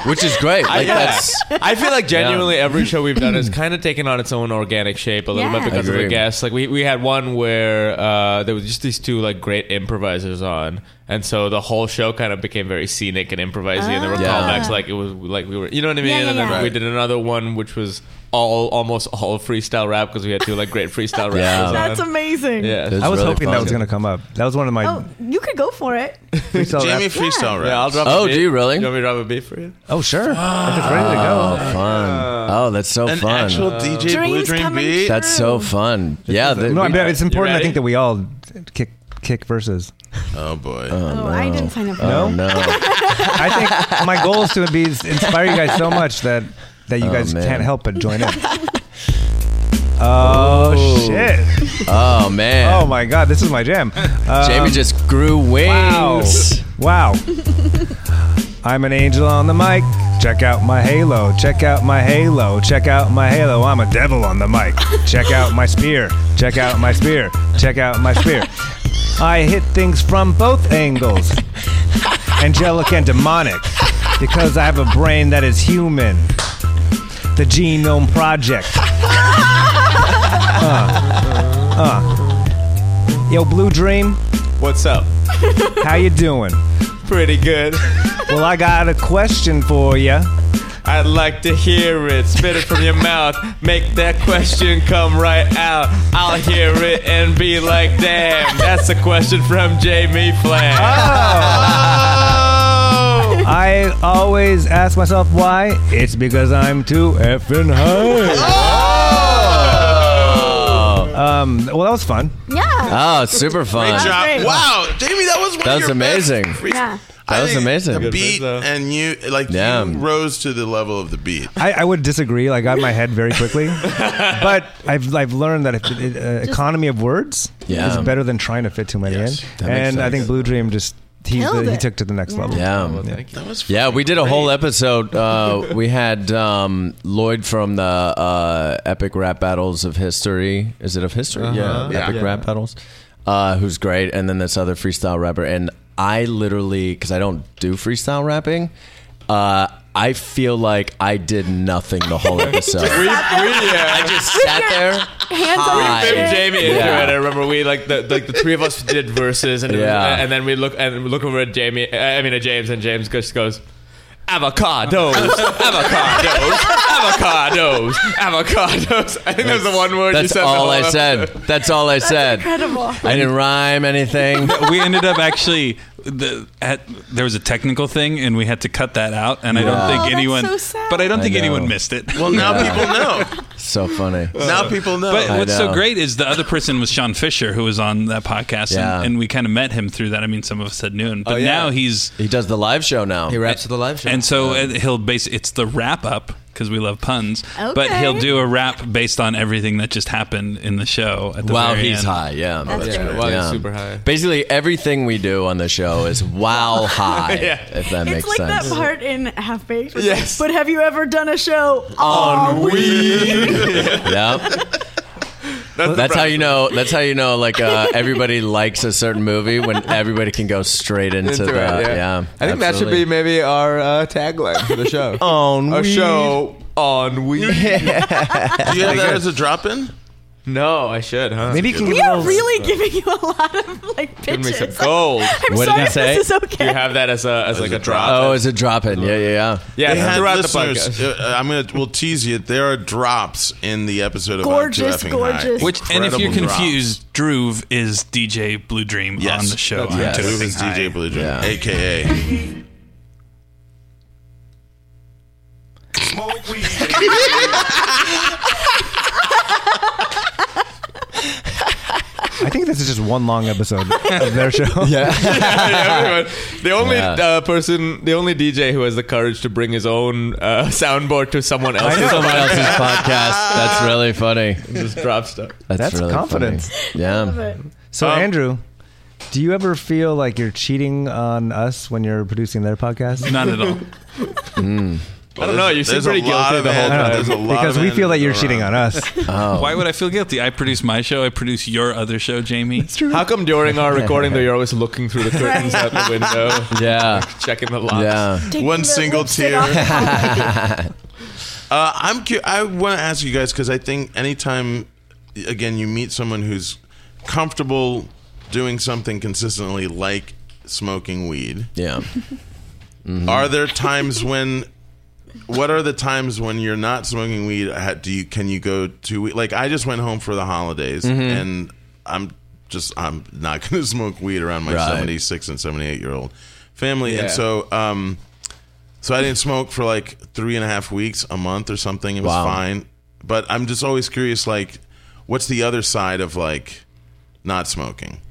Speaker 7: Which is great. Like,
Speaker 5: yeah.
Speaker 7: that's.
Speaker 5: I feel like genuinely every show we've done has kind of taken on its own organic shape a little
Speaker 3: Yeah.
Speaker 5: bit because of
Speaker 7: Agree.
Speaker 5: the guests. Like we, we had one where uh, there was just these two like great improvisers on, and so the whole show kind of became very scenic and improvising, and there were
Speaker 7: Ah. Yeah.
Speaker 5: callbacks. Like it was like we were, you know what I mean?
Speaker 3: yeah,
Speaker 5: and then
Speaker 3: yeah.
Speaker 5: we did another one which was all almost all freestyle rap because we had two like great freestyle rappers.
Speaker 7: Yeah.
Speaker 5: on.
Speaker 3: That's amazing.
Speaker 5: Yeah.
Speaker 7: That's
Speaker 1: I was
Speaker 7: really
Speaker 1: hoping that
Speaker 7: fun.
Speaker 1: was going to come up. That was one of my.
Speaker 3: Oh, you could go for it.
Speaker 1: freestyle rap-
Speaker 2: Jamie freestyle
Speaker 5: Yeah, I'll
Speaker 2: raps.
Speaker 5: drop.
Speaker 7: Oh,
Speaker 5: a beat.
Speaker 7: do you really?
Speaker 5: You want me to drop a beat for you?
Speaker 1: Oh sure, if it's ready to
Speaker 7: Oh,
Speaker 1: go.
Speaker 7: fun. Oh, that's so
Speaker 2: An
Speaker 7: fun.
Speaker 2: actual DJ Blue
Speaker 3: Dreams
Speaker 2: Uh, Dream
Speaker 3: coming
Speaker 2: beat.
Speaker 7: that's so fun. Yeah. that-
Speaker 1: No,
Speaker 7: we-
Speaker 1: but it's important. I
Speaker 5: ready?
Speaker 1: think that we all kick kick verses.
Speaker 2: Oh boy.
Speaker 7: Uh.
Speaker 3: Oh, I didn't sign up for
Speaker 1: No?
Speaker 7: Oh, no.
Speaker 1: I think my goal is to be inspire you guys so much that that you guys
Speaker 7: man.
Speaker 1: can't help but join in. Oh, shit!
Speaker 7: Oh man.
Speaker 1: Oh my god, this is my jam. Uh,
Speaker 7: Jamie just grew wings.
Speaker 1: Wow. I'm an angel on the mic. Check out my halo. Check out my halo. Check out my halo. I'm a devil on the mic. Check out my spear. Check out my spear. Check out my spear. I hit things from both angles angelic and demonic because I have a brain that is human. The Genome Project. Uh, uh. Yo, Blue Dream,
Speaker 5: What's up?
Speaker 1: how you doing?
Speaker 5: Pretty good.
Speaker 1: Well, I got a question for you.
Speaker 5: I'd like to hear it. Spit it from your mouth. Make that question come right out. I'll hear it and be like, damn, that's a question from Jamie Flan.
Speaker 1: Oh, I always ask myself why. It's because I'm too effing
Speaker 7: Oh!
Speaker 1: high. Um, well, that was fun.
Speaker 3: Yeah.
Speaker 7: Oh, super fun.
Speaker 2: Great
Speaker 3: That was
Speaker 2: job.
Speaker 3: great.
Speaker 2: Wow, Jamie, that was one of
Speaker 7: That was
Speaker 2: your best
Speaker 7: amazing.
Speaker 2: free-
Speaker 3: Yeah.
Speaker 2: I
Speaker 7: That was
Speaker 2: think
Speaker 7: amazing.
Speaker 2: The
Speaker 7: Good
Speaker 2: beat
Speaker 5: though.
Speaker 2: and you like
Speaker 7: Yeah.
Speaker 2: you rose to the level of the beat.
Speaker 1: I, I would disagree. I got in my head very quickly, but I've I've learned that if, it, uh, economy of words
Speaker 7: Yeah.
Speaker 1: is better than trying to fit too many
Speaker 2: Yes.
Speaker 1: in.
Speaker 7: That makes
Speaker 1: And I
Speaker 7: sense.
Speaker 1: think Blue Dream just he
Speaker 3: Killed
Speaker 1: he
Speaker 3: it.
Speaker 1: took to the next level.
Speaker 7: Yeah.
Speaker 2: That was
Speaker 7: Yeah, we did a whole episode. Uh, we had um, Lloyd from the uh, Epic Rap Battles of History. Is it of history? Yeah,
Speaker 2: Yeah.
Speaker 7: Epic
Speaker 2: Yeah.
Speaker 7: Rap Battles. Uh, who's great, and then this other freestyle rapper. And I literally, because I don't do freestyle rapping, uh, I feel like I did nothing the whole episode.
Speaker 5: We, we, uh,
Speaker 7: I just sat there.
Speaker 3: Hands
Speaker 7: Hi.
Speaker 3: on the
Speaker 7: Bim
Speaker 5: Bim
Speaker 3: chair.
Speaker 5: Jamie into
Speaker 7: Yeah.
Speaker 5: it. I remember we like the like the three of us did verses, and it was-
Speaker 7: Yeah.
Speaker 5: and then we look and we look over at Jamie. uh, I mean at James, and James just goes. Avocados, avocados, avocados, avocados. I think that was the one word you
Speaker 7: That's
Speaker 5: said. the
Speaker 7: all
Speaker 5: whole
Speaker 7: I said.
Speaker 5: episode.
Speaker 7: That's all I said.
Speaker 3: Incredible.
Speaker 7: I didn't rhyme anything.
Speaker 6: we ended up actually the at there was a technical thing and we had to cut that out and I
Speaker 7: Yeah.
Speaker 6: don't
Speaker 3: Oh,
Speaker 6: think
Speaker 3: that's
Speaker 6: anyone
Speaker 3: so sad.
Speaker 6: but I don't
Speaker 7: I
Speaker 6: think anyone
Speaker 7: know.
Speaker 6: missed it.
Speaker 2: Well, now people know.
Speaker 7: So funny.
Speaker 2: Now people know.
Speaker 6: But what's so
Speaker 7: know.
Speaker 6: great is the other person was Sean Fisher, who was on that podcast,
Speaker 7: Yeah.
Speaker 6: and, and we kind of met him through that. I mean, some of us had known, but
Speaker 5: yeah.
Speaker 6: now he's
Speaker 7: He does the live show now.
Speaker 5: He raps to the live show.
Speaker 6: and so uh, he'll base it's the wrap up because we love puns, but
Speaker 3: Okay.
Speaker 6: he'll do a rap based on everything that just happened in the show. At the
Speaker 7: Wow,
Speaker 6: very
Speaker 7: he's
Speaker 6: end.
Speaker 7: high. Yeah,
Speaker 3: That's great.
Speaker 7: good.
Speaker 5: Wow, he's super high.
Speaker 7: Basically, everything we do on the show is wow high. If that
Speaker 3: It's
Speaker 7: makes
Speaker 3: like
Speaker 7: sense.
Speaker 3: that part in Half Baked.
Speaker 5: Yes.
Speaker 3: But have you ever done a show on
Speaker 7: Yep. That's how you know. That's how you know. Like uh, everybody likes a certain movie when everybody can go straight into,
Speaker 5: Into
Speaker 7: the.
Speaker 5: it, yeah.
Speaker 7: yeah.
Speaker 5: I think that should be maybe our uh, tagline for the show.
Speaker 7: on
Speaker 5: a show on weed.
Speaker 2: Do you have that as a drop in?
Speaker 5: no, I should, huh?
Speaker 1: Maybe you can give
Speaker 3: We
Speaker 1: it
Speaker 3: are
Speaker 1: all-
Speaker 3: really giving you a lot of like
Speaker 5: give me
Speaker 3: pitches.
Speaker 5: some gold.
Speaker 3: I'm
Speaker 7: What did
Speaker 3: sorry
Speaker 7: he
Speaker 3: if
Speaker 7: say?
Speaker 3: this is okay.
Speaker 5: you have that as a as like a drop?
Speaker 7: Oh, it's a drop Oh, in. Yeah, yeah, yeah.
Speaker 5: yeah,
Speaker 2: They had
Speaker 5: throughout the
Speaker 2: listeners.
Speaker 5: podcast.
Speaker 2: uh, I'm gonna we'll tease you. There are drops in the episode of
Speaker 3: Gorgeous,
Speaker 2: I'm Too Effing
Speaker 3: gorgeous.
Speaker 2: High.
Speaker 6: Which and if you're
Speaker 2: Incredible drops.
Speaker 6: confused, Droove is DJ Blue Dream
Speaker 2: Yes.
Speaker 6: on the show. I'm
Speaker 7: Yes.
Speaker 6: Too
Speaker 2: Who
Speaker 6: Effing
Speaker 2: is
Speaker 6: High.
Speaker 2: DJ Blue Dream,
Speaker 7: Yeah.
Speaker 2: aka?
Speaker 1: I think this is just one long episode of their show.
Speaker 5: Yeah, everyone. The only
Speaker 7: Yeah.
Speaker 5: uh, person, the only DJ who has the courage to bring his own uh, soundboard to someone else's
Speaker 7: Someone else's podcast. That's really funny.
Speaker 5: just drop stuff.
Speaker 7: That's,
Speaker 1: That's
Speaker 7: really
Speaker 1: confidence.
Speaker 7: funny. Yeah.
Speaker 3: But
Speaker 1: So
Speaker 2: Um,
Speaker 1: Andrew, do you ever feel like you're cheating on us when you're producing their podcast?
Speaker 6: Not at all.
Speaker 5: I don't know. You seem
Speaker 2: There's a
Speaker 5: pretty
Speaker 2: lot
Speaker 5: guilty
Speaker 2: of
Speaker 5: the whole
Speaker 2: hands.
Speaker 1: I
Speaker 5: time.
Speaker 2: There's
Speaker 1: don't
Speaker 2: a
Speaker 1: know,
Speaker 2: lot
Speaker 1: because
Speaker 2: of
Speaker 1: we feel that you're
Speaker 2: around.
Speaker 1: cheating on us.
Speaker 6: Why would I feel guilty? I produce my show. I produce your other show, Jamie. That's
Speaker 5: How come during our recording though you're always looking through the curtains out the window,
Speaker 7: Yeah.
Speaker 5: checking the locks?
Speaker 7: Yeah.
Speaker 3: taking
Speaker 2: One
Speaker 3: the
Speaker 2: single
Speaker 3: lipstick
Speaker 2: tear.
Speaker 3: off.
Speaker 2: Uh, I'm. Cu- I want to ask you guys because I think anytime, again, you meet someone who's comfortable doing something consistently, like smoking weed.
Speaker 7: Yeah.
Speaker 2: Are there times when? What are the times when you're not smoking weed? Ha- Do you can you go to we- like I just went home for the holidays
Speaker 7: Mm-hmm.
Speaker 2: and I'm just I'm not going to smoke weed around my
Speaker 7: Right.
Speaker 2: 76 and 78 year old family
Speaker 5: Yeah.
Speaker 2: and so um so I didn't smoke for like three and a half weeks a month or something it was
Speaker 7: Wow.
Speaker 2: fine but I'm just always curious like what's the other side of like not smoking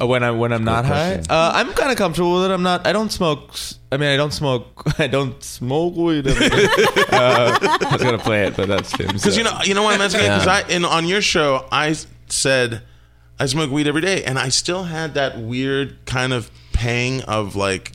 Speaker 5: Uh, when I when I'm not high,
Speaker 7: question.
Speaker 5: uh, I'm kind of comfortable with it. I'm not. I don't smoke. s- I mean, I don't smoke. I don't smoke weed. uh, I was gonna play it, but that's him.
Speaker 2: Because you know, you know what I'm asking. Because I in on your show, I s- said I smoke weed every day, and I still had that weird kind of pang of like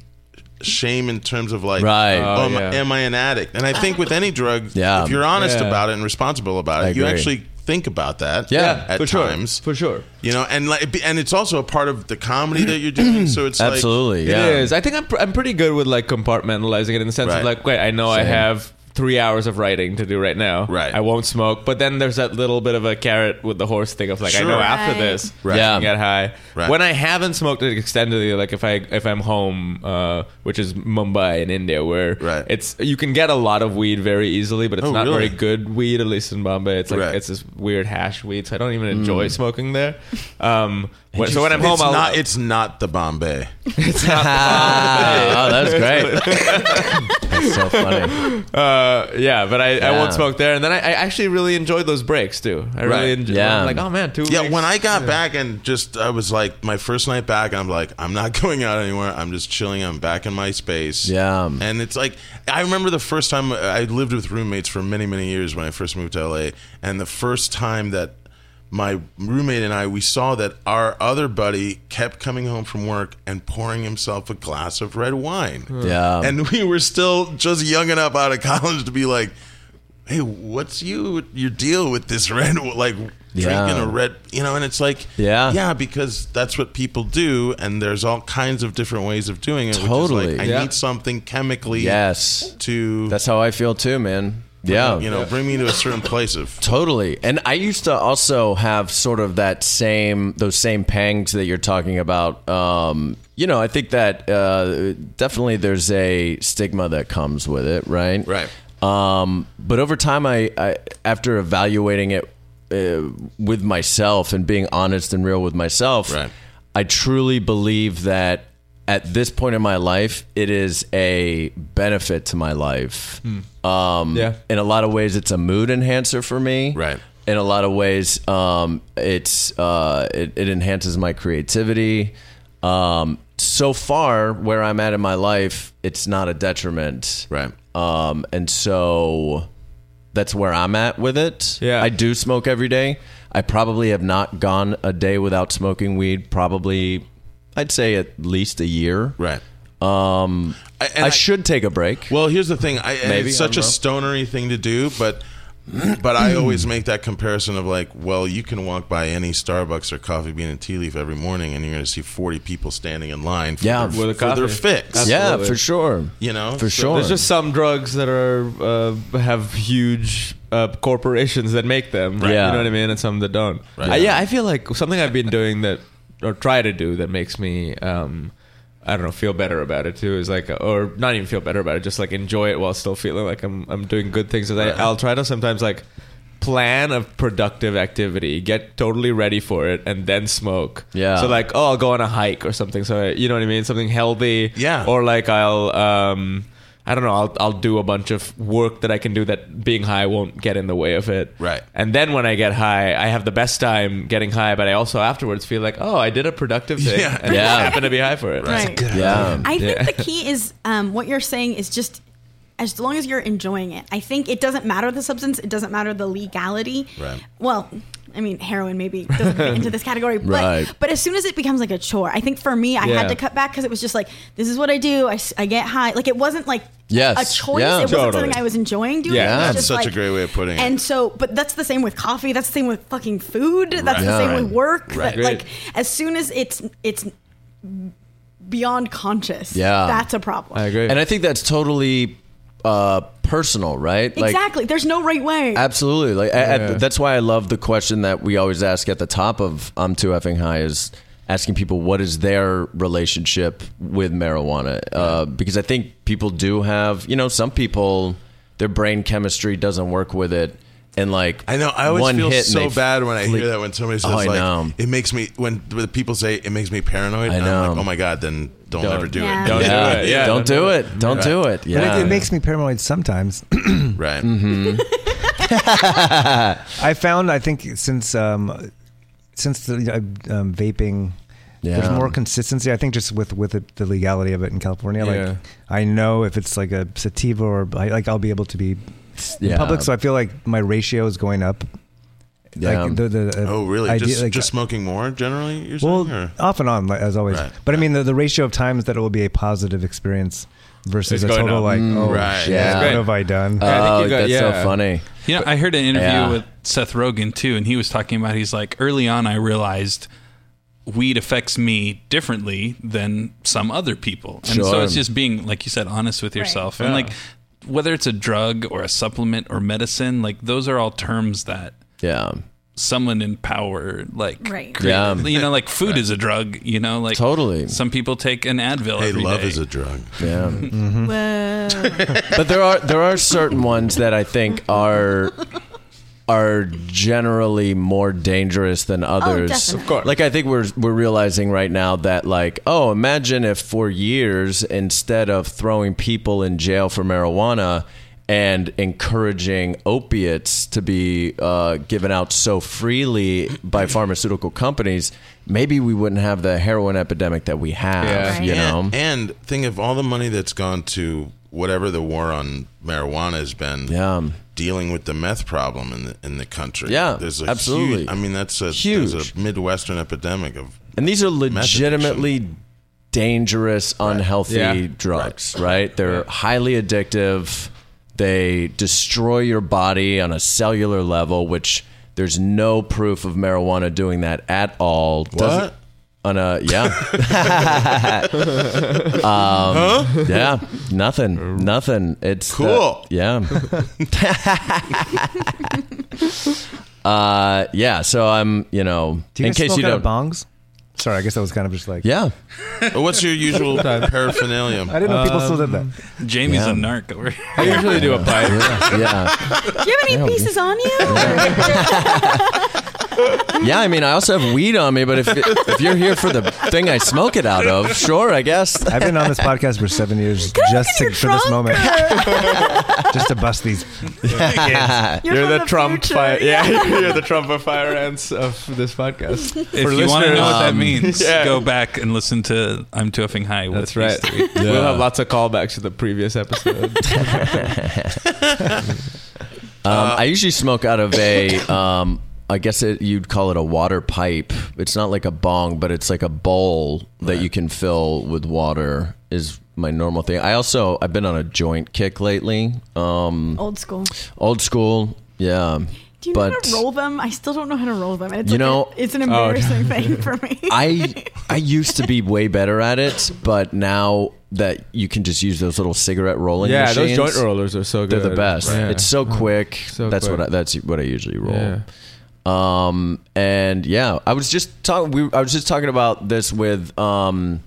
Speaker 2: shame in terms of like,
Speaker 7: Right.
Speaker 2: oh, am,
Speaker 5: yeah.
Speaker 2: am I an addict? And I think with any drug,
Speaker 7: Yeah.
Speaker 2: if you're honest
Speaker 5: Yeah.
Speaker 2: about it and responsible about
Speaker 7: I
Speaker 2: it, you
Speaker 7: agree.
Speaker 2: actually think about that.
Speaker 7: Yeah,
Speaker 2: at
Speaker 5: for sure.
Speaker 2: times,
Speaker 5: For sure.
Speaker 2: you know, and like, be- and it's also a part of the comedy that you're doing. So it's
Speaker 7: Absolutely.
Speaker 2: Like,
Speaker 7: Yeah.
Speaker 5: It is. I think I'm, pr- I'm pretty good with like compartmentalizing it in the sense
Speaker 2: Right.
Speaker 5: of like, wait, I know I
Speaker 7: Same.
Speaker 5: have three hours of writing to do right now.
Speaker 2: Right.
Speaker 5: I won't smoke. But then there's that little bit of a carrot with the horse thing of like, I
Speaker 2: Sure.
Speaker 5: know after
Speaker 3: Right.
Speaker 5: this,
Speaker 2: Right.
Speaker 5: I
Speaker 7: Yeah.
Speaker 5: can get high.
Speaker 2: Right.
Speaker 5: When I haven't smoked it extendedly, like if I if I'm home, uh, which is Mumbai in India, where
Speaker 2: Right.
Speaker 5: it's you can get a lot of weed very easily, but it's
Speaker 2: Oh,
Speaker 5: not
Speaker 2: really?
Speaker 5: very good weed at least in Bombay. It's like
Speaker 2: Right. Hmm.
Speaker 5: it's this weird hash weed, so I don't even enjoy smoking there. Um, when- so when I'm home,
Speaker 2: It's
Speaker 5: I'll
Speaker 2: not. It's not the Bombay.
Speaker 7: Ah, oh, that's great. that's so funny.
Speaker 5: Uh, yeah, but I, I
Speaker 7: Yeah.
Speaker 5: won't smoke there. And then I, I actually really enjoyed those breaks too. I
Speaker 2: Right.
Speaker 5: really enjoyed.
Speaker 7: Yeah.
Speaker 5: I'm like, oh man, two.
Speaker 2: Yeah,
Speaker 5: weeks.
Speaker 2: when I got back and just I was like my first night back, I'm like I'm not going out anywhere. I'm just chilling. I'm back in my space.
Speaker 7: Yeah.
Speaker 2: and it's like I remember the first time I lived with roommates for many many years when I first moved to LA, and the first time that my roommate and I we saw that our other buddy kept coming home from work and pouring himself a glass of red wine.
Speaker 7: Yeah.
Speaker 2: And we were still just young enough out of college to be like, "Hey, what's you your deal with this red like
Speaker 7: Yeah.
Speaker 2: drinking a red, you know?" And it's like,
Speaker 7: Yeah.
Speaker 2: yeah, because that's what people do, and there's all kinds of different ways of doing it. which is like,
Speaker 7: Totally.
Speaker 2: I
Speaker 5: Yeah.
Speaker 2: need something chemically,
Speaker 7: yes.
Speaker 2: to
Speaker 7: That's how I feel too, man. Yeah.
Speaker 2: you know bring me to a certain place of
Speaker 7: Totally. And I used to also have sort of that same, those same pangs that you're talking about. Um, you know, I think that uh, definitely there's a stigma that comes with it, right?
Speaker 2: Right.
Speaker 7: Um, but over time, I, I after evaluating it uh, with myself and being honest and real with myself,
Speaker 2: Right.
Speaker 7: I truly believe that at this point in my life, it is a benefit to my life.
Speaker 2: Hmm.
Speaker 7: Um,
Speaker 5: Yeah.
Speaker 7: In a lot of ways, it's a mood enhancer for me.
Speaker 2: Right.
Speaker 7: In a lot of ways, um, it's uh, it, it enhances my creativity. Um, so far, where I'm at in my life, it's not a detriment.
Speaker 2: right.
Speaker 7: Um, and so that's where I'm at with it.
Speaker 5: Yeah.
Speaker 7: I do smoke every day. I probably have not gone a day without smoking weed, probably, I'd say at least a year.
Speaker 2: Right.
Speaker 7: Um,
Speaker 2: I- and
Speaker 7: I,
Speaker 2: I-
Speaker 7: should take a break.
Speaker 2: Well, here's the thing. I, and
Speaker 7: Maybe,
Speaker 2: it's
Speaker 7: I
Speaker 2: such a
Speaker 7: don't know.
Speaker 2: stonery thing to do, but but I always make that comparison of like, well, you can walk by any Starbucks or Coffee Bean and Tea Leaf every morning, and you're going to see 40 people standing in line for,
Speaker 7: Yeah.
Speaker 2: their,
Speaker 5: With a
Speaker 2: for their
Speaker 5: coffee.
Speaker 2: fix.
Speaker 7: yeah,
Speaker 5: absolutely.
Speaker 7: for sure.
Speaker 2: You know,
Speaker 7: For
Speaker 2: So-
Speaker 7: sure.
Speaker 5: there's just some drugs that are uh, have huge uh, corporations that make them.
Speaker 7: Yeah.
Speaker 5: You know what I mean, and some that don't.
Speaker 2: Right.
Speaker 5: Uh, yeah, I feel like something I've been doing that or try to do that makes me. Um, I don't know. Feel better about it too. Is like, or not even feel better about it. Just like enjoy it while still feeling like I'm. I'm doing good things. And I,
Speaker 7: Uh-huh.
Speaker 5: I'll try to sometimes like plan a productive activity, get totally ready for it, and then smoke.
Speaker 7: Yeah.
Speaker 5: So like, oh, I'll go on a hike or something. So I, you know what I mean. Something healthy.
Speaker 2: Yeah.
Speaker 5: Or like I'll um I don't know, I'll I'll do a bunch of work that I can do that being high won't get in the way of it.
Speaker 2: Right.
Speaker 5: And then when I get high, I have the best time getting high, but I also afterwards feel like, "Oh, I did a productive thing."
Speaker 2: Yeah.
Speaker 5: And
Speaker 7: Yeah.
Speaker 5: I happen to be high for it.
Speaker 3: Right.
Speaker 7: Yeah.
Speaker 3: I think the key is um, what you're saying is just as long as you're enjoying it. I think it doesn't matter the substance, it doesn't matter the legality.
Speaker 2: Right.
Speaker 3: Well, I mean, heroin maybe doesn't fit into this category, but
Speaker 7: Right.
Speaker 3: but as soon as it becomes like a chore, I think for me, I
Speaker 5: Yeah.
Speaker 3: had to cut back because it was just like this is what I do. I, s- I get high. Like it wasn't like
Speaker 7: Yes.
Speaker 3: a choice.
Speaker 7: Yeah.
Speaker 3: it wasn't
Speaker 5: Totally.
Speaker 3: something I was enjoying doing.
Speaker 5: Yeah.
Speaker 3: It was
Speaker 7: That's
Speaker 3: just
Speaker 2: such a
Speaker 3: like-
Speaker 2: great way of putting it.
Speaker 3: And so, but that's the same with coffee. That's the same with fucking food. That's
Speaker 2: Right.
Speaker 3: the
Speaker 7: Yeah.
Speaker 3: same with
Speaker 7: Right.
Speaker 3: work.
Speaker 2: Right.
Speaker 3: That, like as soon as it's it's beyond conscious.
Speaker 7: Yeah.
Speaker 3: That's a problem.
Speaker 5: I agree.
Speaker 7: And I think that's totally uh, personal, right? Like,
Speaker 3: Exactly. There's no right way.
Speaker 7: Absolutely. Like I- I-
Speaker 5: Yeah.
Speaker 7: that's why I love the question that we always ask at the top of I'm too effing high is asking people what is their relationship with marijuana uh, because I think people do have you know some people their brain chemistry doesn't work with it and like
Speaker 2: I know. I always
Speaker 7: one
Speaker 2: feel
Speaker 7: hit and
Speaker 2: so
Speaker 7: they
Speaker 2: bad when I
Speaker 7: flee-
Speaker 2: hear that when somebody says
Speaker 7: Oh, I
Speaker 2: like,
Speaker 7: know.
Speaker 2: it makes me when, when people say it makes me paranoid.
Speaker 7: I
Speaker 2: and I'm like,
Speaker 7: know.
Speaker 2: oh my god, then don't,
Speaker 5: Don't.
Speaker 2: ever do
Speaker 3: Yeah.
Speaker 2: it.
Speaker 5: Don't
Speaker 7: yeah,
Speaker 5: do it. Yeah,
Speaker 7: don't do it don't do it
Speaker 1: But
Speaker 7: yeah
Speaker 1: it, it makes me paranoid sometimes.
Speaker 2: Right.
Speaker 7: Mm-hmm.
Speaker 1: I found I think since um, since the uh, um, vaping There's
Speaker 7: Yeah.
Speaker 1: more consistency, I think, just with with it, the legality of it in California. Like,
Speaker 5: Yeah.
Speaker 1: I know if it's like a sativa or I- like I'll be able to be
Speaker 7: Yeah.
Speaker 1: public, so I feel like my ratio is going up.
Speaker 7: Yeah.
Speaker 1: Like the, the, uh,
Speaker 2: Oh, really?
Speaker 1: idea-
Speaker 2: just
Speaker 1: like,
Speaker 2: just smoking more generally? You're
Speaker 1: well,
Speaker 2: saying, or?
Speaker 1: off and on like, as always.
Speaker 2: Right.
Speaker 1: But I mean, the, the ratio of times that it will be a positive experience versus
Speaker 5: It's
Speaker 1: a
Speaker 5: going
Speaker 1: total
Speaker 5: up.
Speaker 1: like, oh
Speaker 2: Right.
Speaker 1: shit,
Speaker 7: Mm, Yeah.
Speaker 1: what have I done?
Speaker 5: I think
Speaker 7: Oh,
Speaker 5: you got-
Speaker 7: that's so
Speaker 5: yeah.
Speaker 7: funny.
Speaker 6: You know, I heard an interview
Speaker 7: Yeah.
Speaker 6: with Seth Rogen too, and he was talking about he's like early on I realized weed affects me differently than some other people, and so
Speaker 7: Sure.
Speaker 6: it's just being like you said, honest with yourself, and
Speaker 2: Yeah.
Speaker 6: like whether it's a drug or a supplement or medicine, like those are all terms that
Speaker 7: Yeah.
Speaker 6: someone in power like
Speaker 3: Right.
Speaker 7: Yeah.
Speaker 6: you know like food is a drug you know like
Speaker 7: Totally.
Speaker 6: some people take an advil
Speaker 2: Hey,
Speaker 6: every
Speaker 2: love
Speaker 6: day.
Speaker 2: is a drug.
Speaker 7: Yeah.
Speaker 3: Whoa.
Speaker 7: but there are there are certain ones that I think are are generally more dangerous than others.
Speaker 3: Oh, definitely. Of
Speaker 5: course.
Speaker 7: Like I think we're we're realizing right now that like, oh, imagine if for years instead of throwing people in jail for marijuana and encouraging opiates to be uh, given out so freely by pharmaceutical companies, maybe we wouldn't have the heroin epidemic that we
Speaker 5: Yeah.
Speaker 7: have. You know.
Speaker 2: And, and think of all the money that's gone to whatever the war on marijuana has been.
Speaker 7: yeah.
Speaker 2: Dealing with the meth problem in the in the country.
Speaker 7: Yeah,
Speaker 2: there's a
Speaker 7: absolutely.
Speaker 2: Huge, I mean, that's a
Speaker 7: Huge.
Speaker 2: There's a midwestern epidemic of
Speaker 7: And these are
Speaker 2: addiction.
Speaker 7: legitimately dangerous, unhealthy
Speaker 5: Yeah.
Speaker 7: drugs, right? They're highly addictive. They destroy your body on a cellular level, which there's no proof of marijuana doing that at all. Doesn't-
Speaker 2: what?
Speaker 7: On a yeah, um, yeah, nothing, nothing. It's the-
Speaker 2: Cool.
Speaker 7: yeah. uh, yeah. So I'm, you know,
Speaker 1: Do you
Speaker 7: in
Speaker 1: guys
Speaker 7: case
Speaker 1: smoke
Speaker 7: you
Speaker 1: out of
Speaker 7: don't,
Speaker 1: bongs? Sorry, I guess that was kind of just like
Speaker 7: yeah.
Speaker 2: What's your usual
Speaker 1: I
Speaker 2: paraphernalia?
Speaker 1: didn't know people still did that.
Speaker 7: Um,
Speaker 6: jamie's
Speaker 7: Yeah.
Speaker 6: a narc over here.
Speaker 5: I usually do a pipe.
Speaker 7: yeah.
Speaker 3: Do you have any pieces on you?
Speaker 7: Yeah, I mean, I also have weed on me, but if if you're here for the thing I smoke it out of, sure, I guess.
Speaker 1: I've been on this podcast for seven years just to,
Speaker 3: You're
Speaker 1: for this
Speaker 3: drunk
Speaker 1: moment,
Speaker 3: or-
Speaker 1: just to bust these.
Speaker 3: You're,
Speaker 5: You're
Speaker 3: from
Speaker 5: the Trump
Speaker 3: future.
Speaker 5: fire. Yeah, you're the Trumpifier ants of this podcast.
Speaker 6: if you want to know what that
Speaker 7: um,
Speaker 6: means
Speaker 5: yeah.
Speaker 6: go back and listen to i'm tuffing high with
Speaker 5: That's right.
Speaker 6: these three.
Speaker 5: We'll have lots of callbacks to the previous episode.
Speaker 7: Um, I usually smoke out of a, um, I guess it, you'd call it a water pipe. It's not like a bong, but it's like a bowl that you can fill with water. Is my normal thing. I also I've been on a joint kick lately. Um,
Speaker 3: Old school.
Speaker 7: old school, yeah.
Speaker 3: Do you
Speaker 7: but
Speaker 3: know how to roll them? I still don't know how to roll them. And it's
Speaker 7: You
Speaker 3: like a-
Speaker 7: know- oh,
Speaker 3: it's an embarrassing thing for me.
Speaker 7: I I used to be way better at it, but now that you can just use those little cigarette rolling
Speaker 5: yeah,
Speaker 7: machines,
Speaker 5: those joint rollers are so good.
Speaker 7: They're the best.
Speaker 5: Yeah.
Speaker 7: It's so quick.
Speaker 5: So
Speaker 7: that's
Speaker 5: quick.
Speaker 7: what I, that's what I usually roll. Um, and yeah, I was just talking. We, I was just talking about this with um,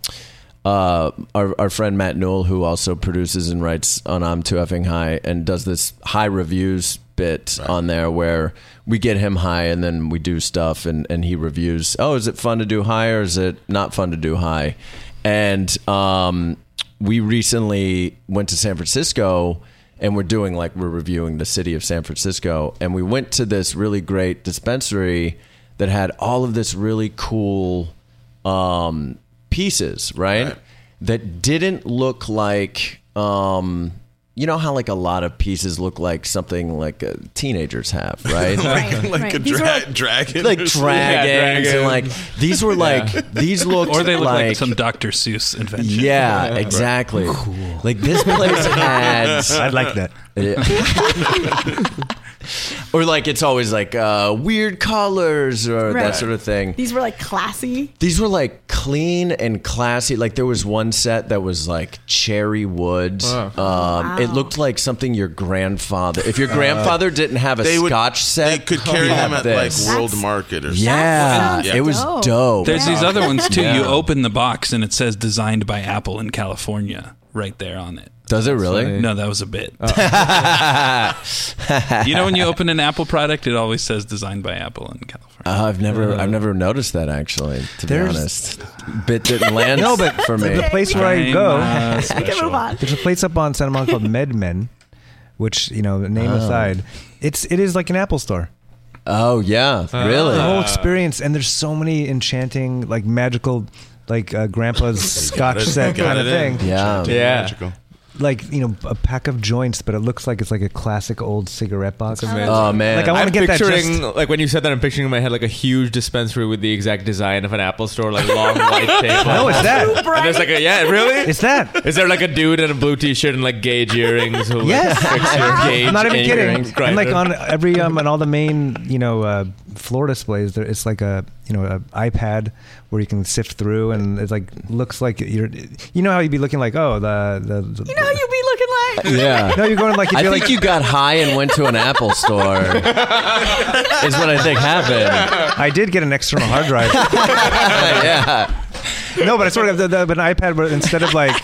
Speaker 7: uh, our our friend Matt Newell, who also produces and writes on I'm Too Effing High, and does this high reviews bit on there where we get him high and then we do stuff and and he reviews. Oh, is it fun to do high or is it not fun to do high? And um, we recently went to San Francisco and we're doing like we're reviewing the city of San Francisco and we went to this really great dispensary that had all of this really cool um pieces, right? That didn't look like um you know how like a lot of pieces look like something like uh, teenagers have, right?
Speaker 3: right,
Speaker 2: like
Speaker 3: right.
Speaker 2: a
Speaker 3: These are
Speaker 2: dra-
Speaker 3: like-
Speaker 2: dragon,
Speaker 7: like
Speaker 2: or
Speaker 7: dragons,
Speaker 2: something?
Speaker 7: and like these were like these looked
Speaker 6: or they look like, some dr seuss invention
Speaker 7: yeah, exactly. Cool. Like this place had
Speaker 1: I'd like that.
Speaker 7: or like it's always like uh, weird colors or
Speaker 3: Right.
Speaker 7: that sort of thing.
Speaker 3: These were like classy.
Speaker 7: These were like clean and classy. Like there was one set that was like cherry wood. Um, It looked like something your grandfather. If your
Speaker 1: Uh,
Speaker 7: grandfather didn't have a
Speaker 2: they would-
Speaker 7: Scotch
Speaker 2: They
Speaker 7: set,
Speaker 2: could
Speaker 7: he
Speaker 2: carry
Speaker 7: had
Speaker 2: them at
Speaker 7: this.
Speaker 2: like World
Speaker 3: That's-
Speaker 2: Market or something.
Speaker 7: yeah,
Speaker 3: That
Speaker 2: sounds
Speaker 7: it was
Speaker 3: dope.
Speaker 7: dope.
Speaker 6: There's these other ones too. You
Speaker 7: Yeah.
Speaker 6: open the box and it says designed by Apple in California right there on it.
Speaker 7: Does it really?
Speaker 6: No, that was a bit.
Speaker 7: Oh.
Speaker 6: you know when you open an Apple product, it always says designed by Apple in California.
Speaker 7: Uh, I've never, I've never noticed that actually. To be
Speaker 1: There's-
Speaker 7: honest, bit didn't land
Speaker 1: No, but
Speaker 7: for me.
Speaker 1: The place where I
Speaker 6: I'm,
Speaker 1: go,
Speaker 6: uh,
Speaker 3: We can
Speaker 6: special.
Speaker 3: move on.
Speaker 1: There's a place up on Santa Monica called MedMen, which you know, name aside, it's it is like an Apple store.
Speaker 7: Oh yeah, really?
Speaker 1: Uh, the whole experience and there's so many enchanting like magical like uh, grandpa's scotch
Speaker 2: it-
Speaker 1: set
Speaker 2: got
Speaker 1: kind of
Speaker 2: it in.
Speaker 1: thing
Speaker 7: yeah.
Speaker 2: Enchanted
Speaker 5: Yeah.
Speaker 2: Magical.
Speaker 1: like you know a pack of joints but it looks like it's like a classic old cigarette box Uh,
Speaker 3: amazing.
Speaker 7: Oh man.
Speaker 1: Like, I wanna
Speaker 5: I'm
Speaker 1: get that
Speaker 5: picturing
Speaker 1: just-
Speaker 5: like when you said that, I'm picturing in my head like a huge dispensary with the exact design of an Apple store, like long white table.
Speaker 1: no it's that
Speaker 5: and there's like a yeah, really?
Speaker 1: it's that
Speaker 5: Is there like a dude in a blue T-shirt and like gauge earrings? Who, like,
Speaker 1: Yes.
Speaker 5: fix your gauge
Speaker 1: I'm not even
Speaker 5: earrings?
Speaker 1: kidding
Speaker 5: Right.
Speaker 1: and like on every um on all the main you know uh floor displays there it's like a you know a ipad where you can sift through and it's like looks like you're you know how you'd be looking like oh the the, the
Speaker 3: You know who you be looking like?
Speaker 7: yeah.
Speaker 1: no you're going like you'd
Speaker 7: I
Speaker 1: be
Speaker 7: think
Speaker 1: like
Speaker 7: you got high and went to an Apple store. is what I think happened.
Speaker 1: i did get an external hard drive
Speaker 7: yeah.
Speaker 1: No, but I sort of the, the, but an iPad where instead of like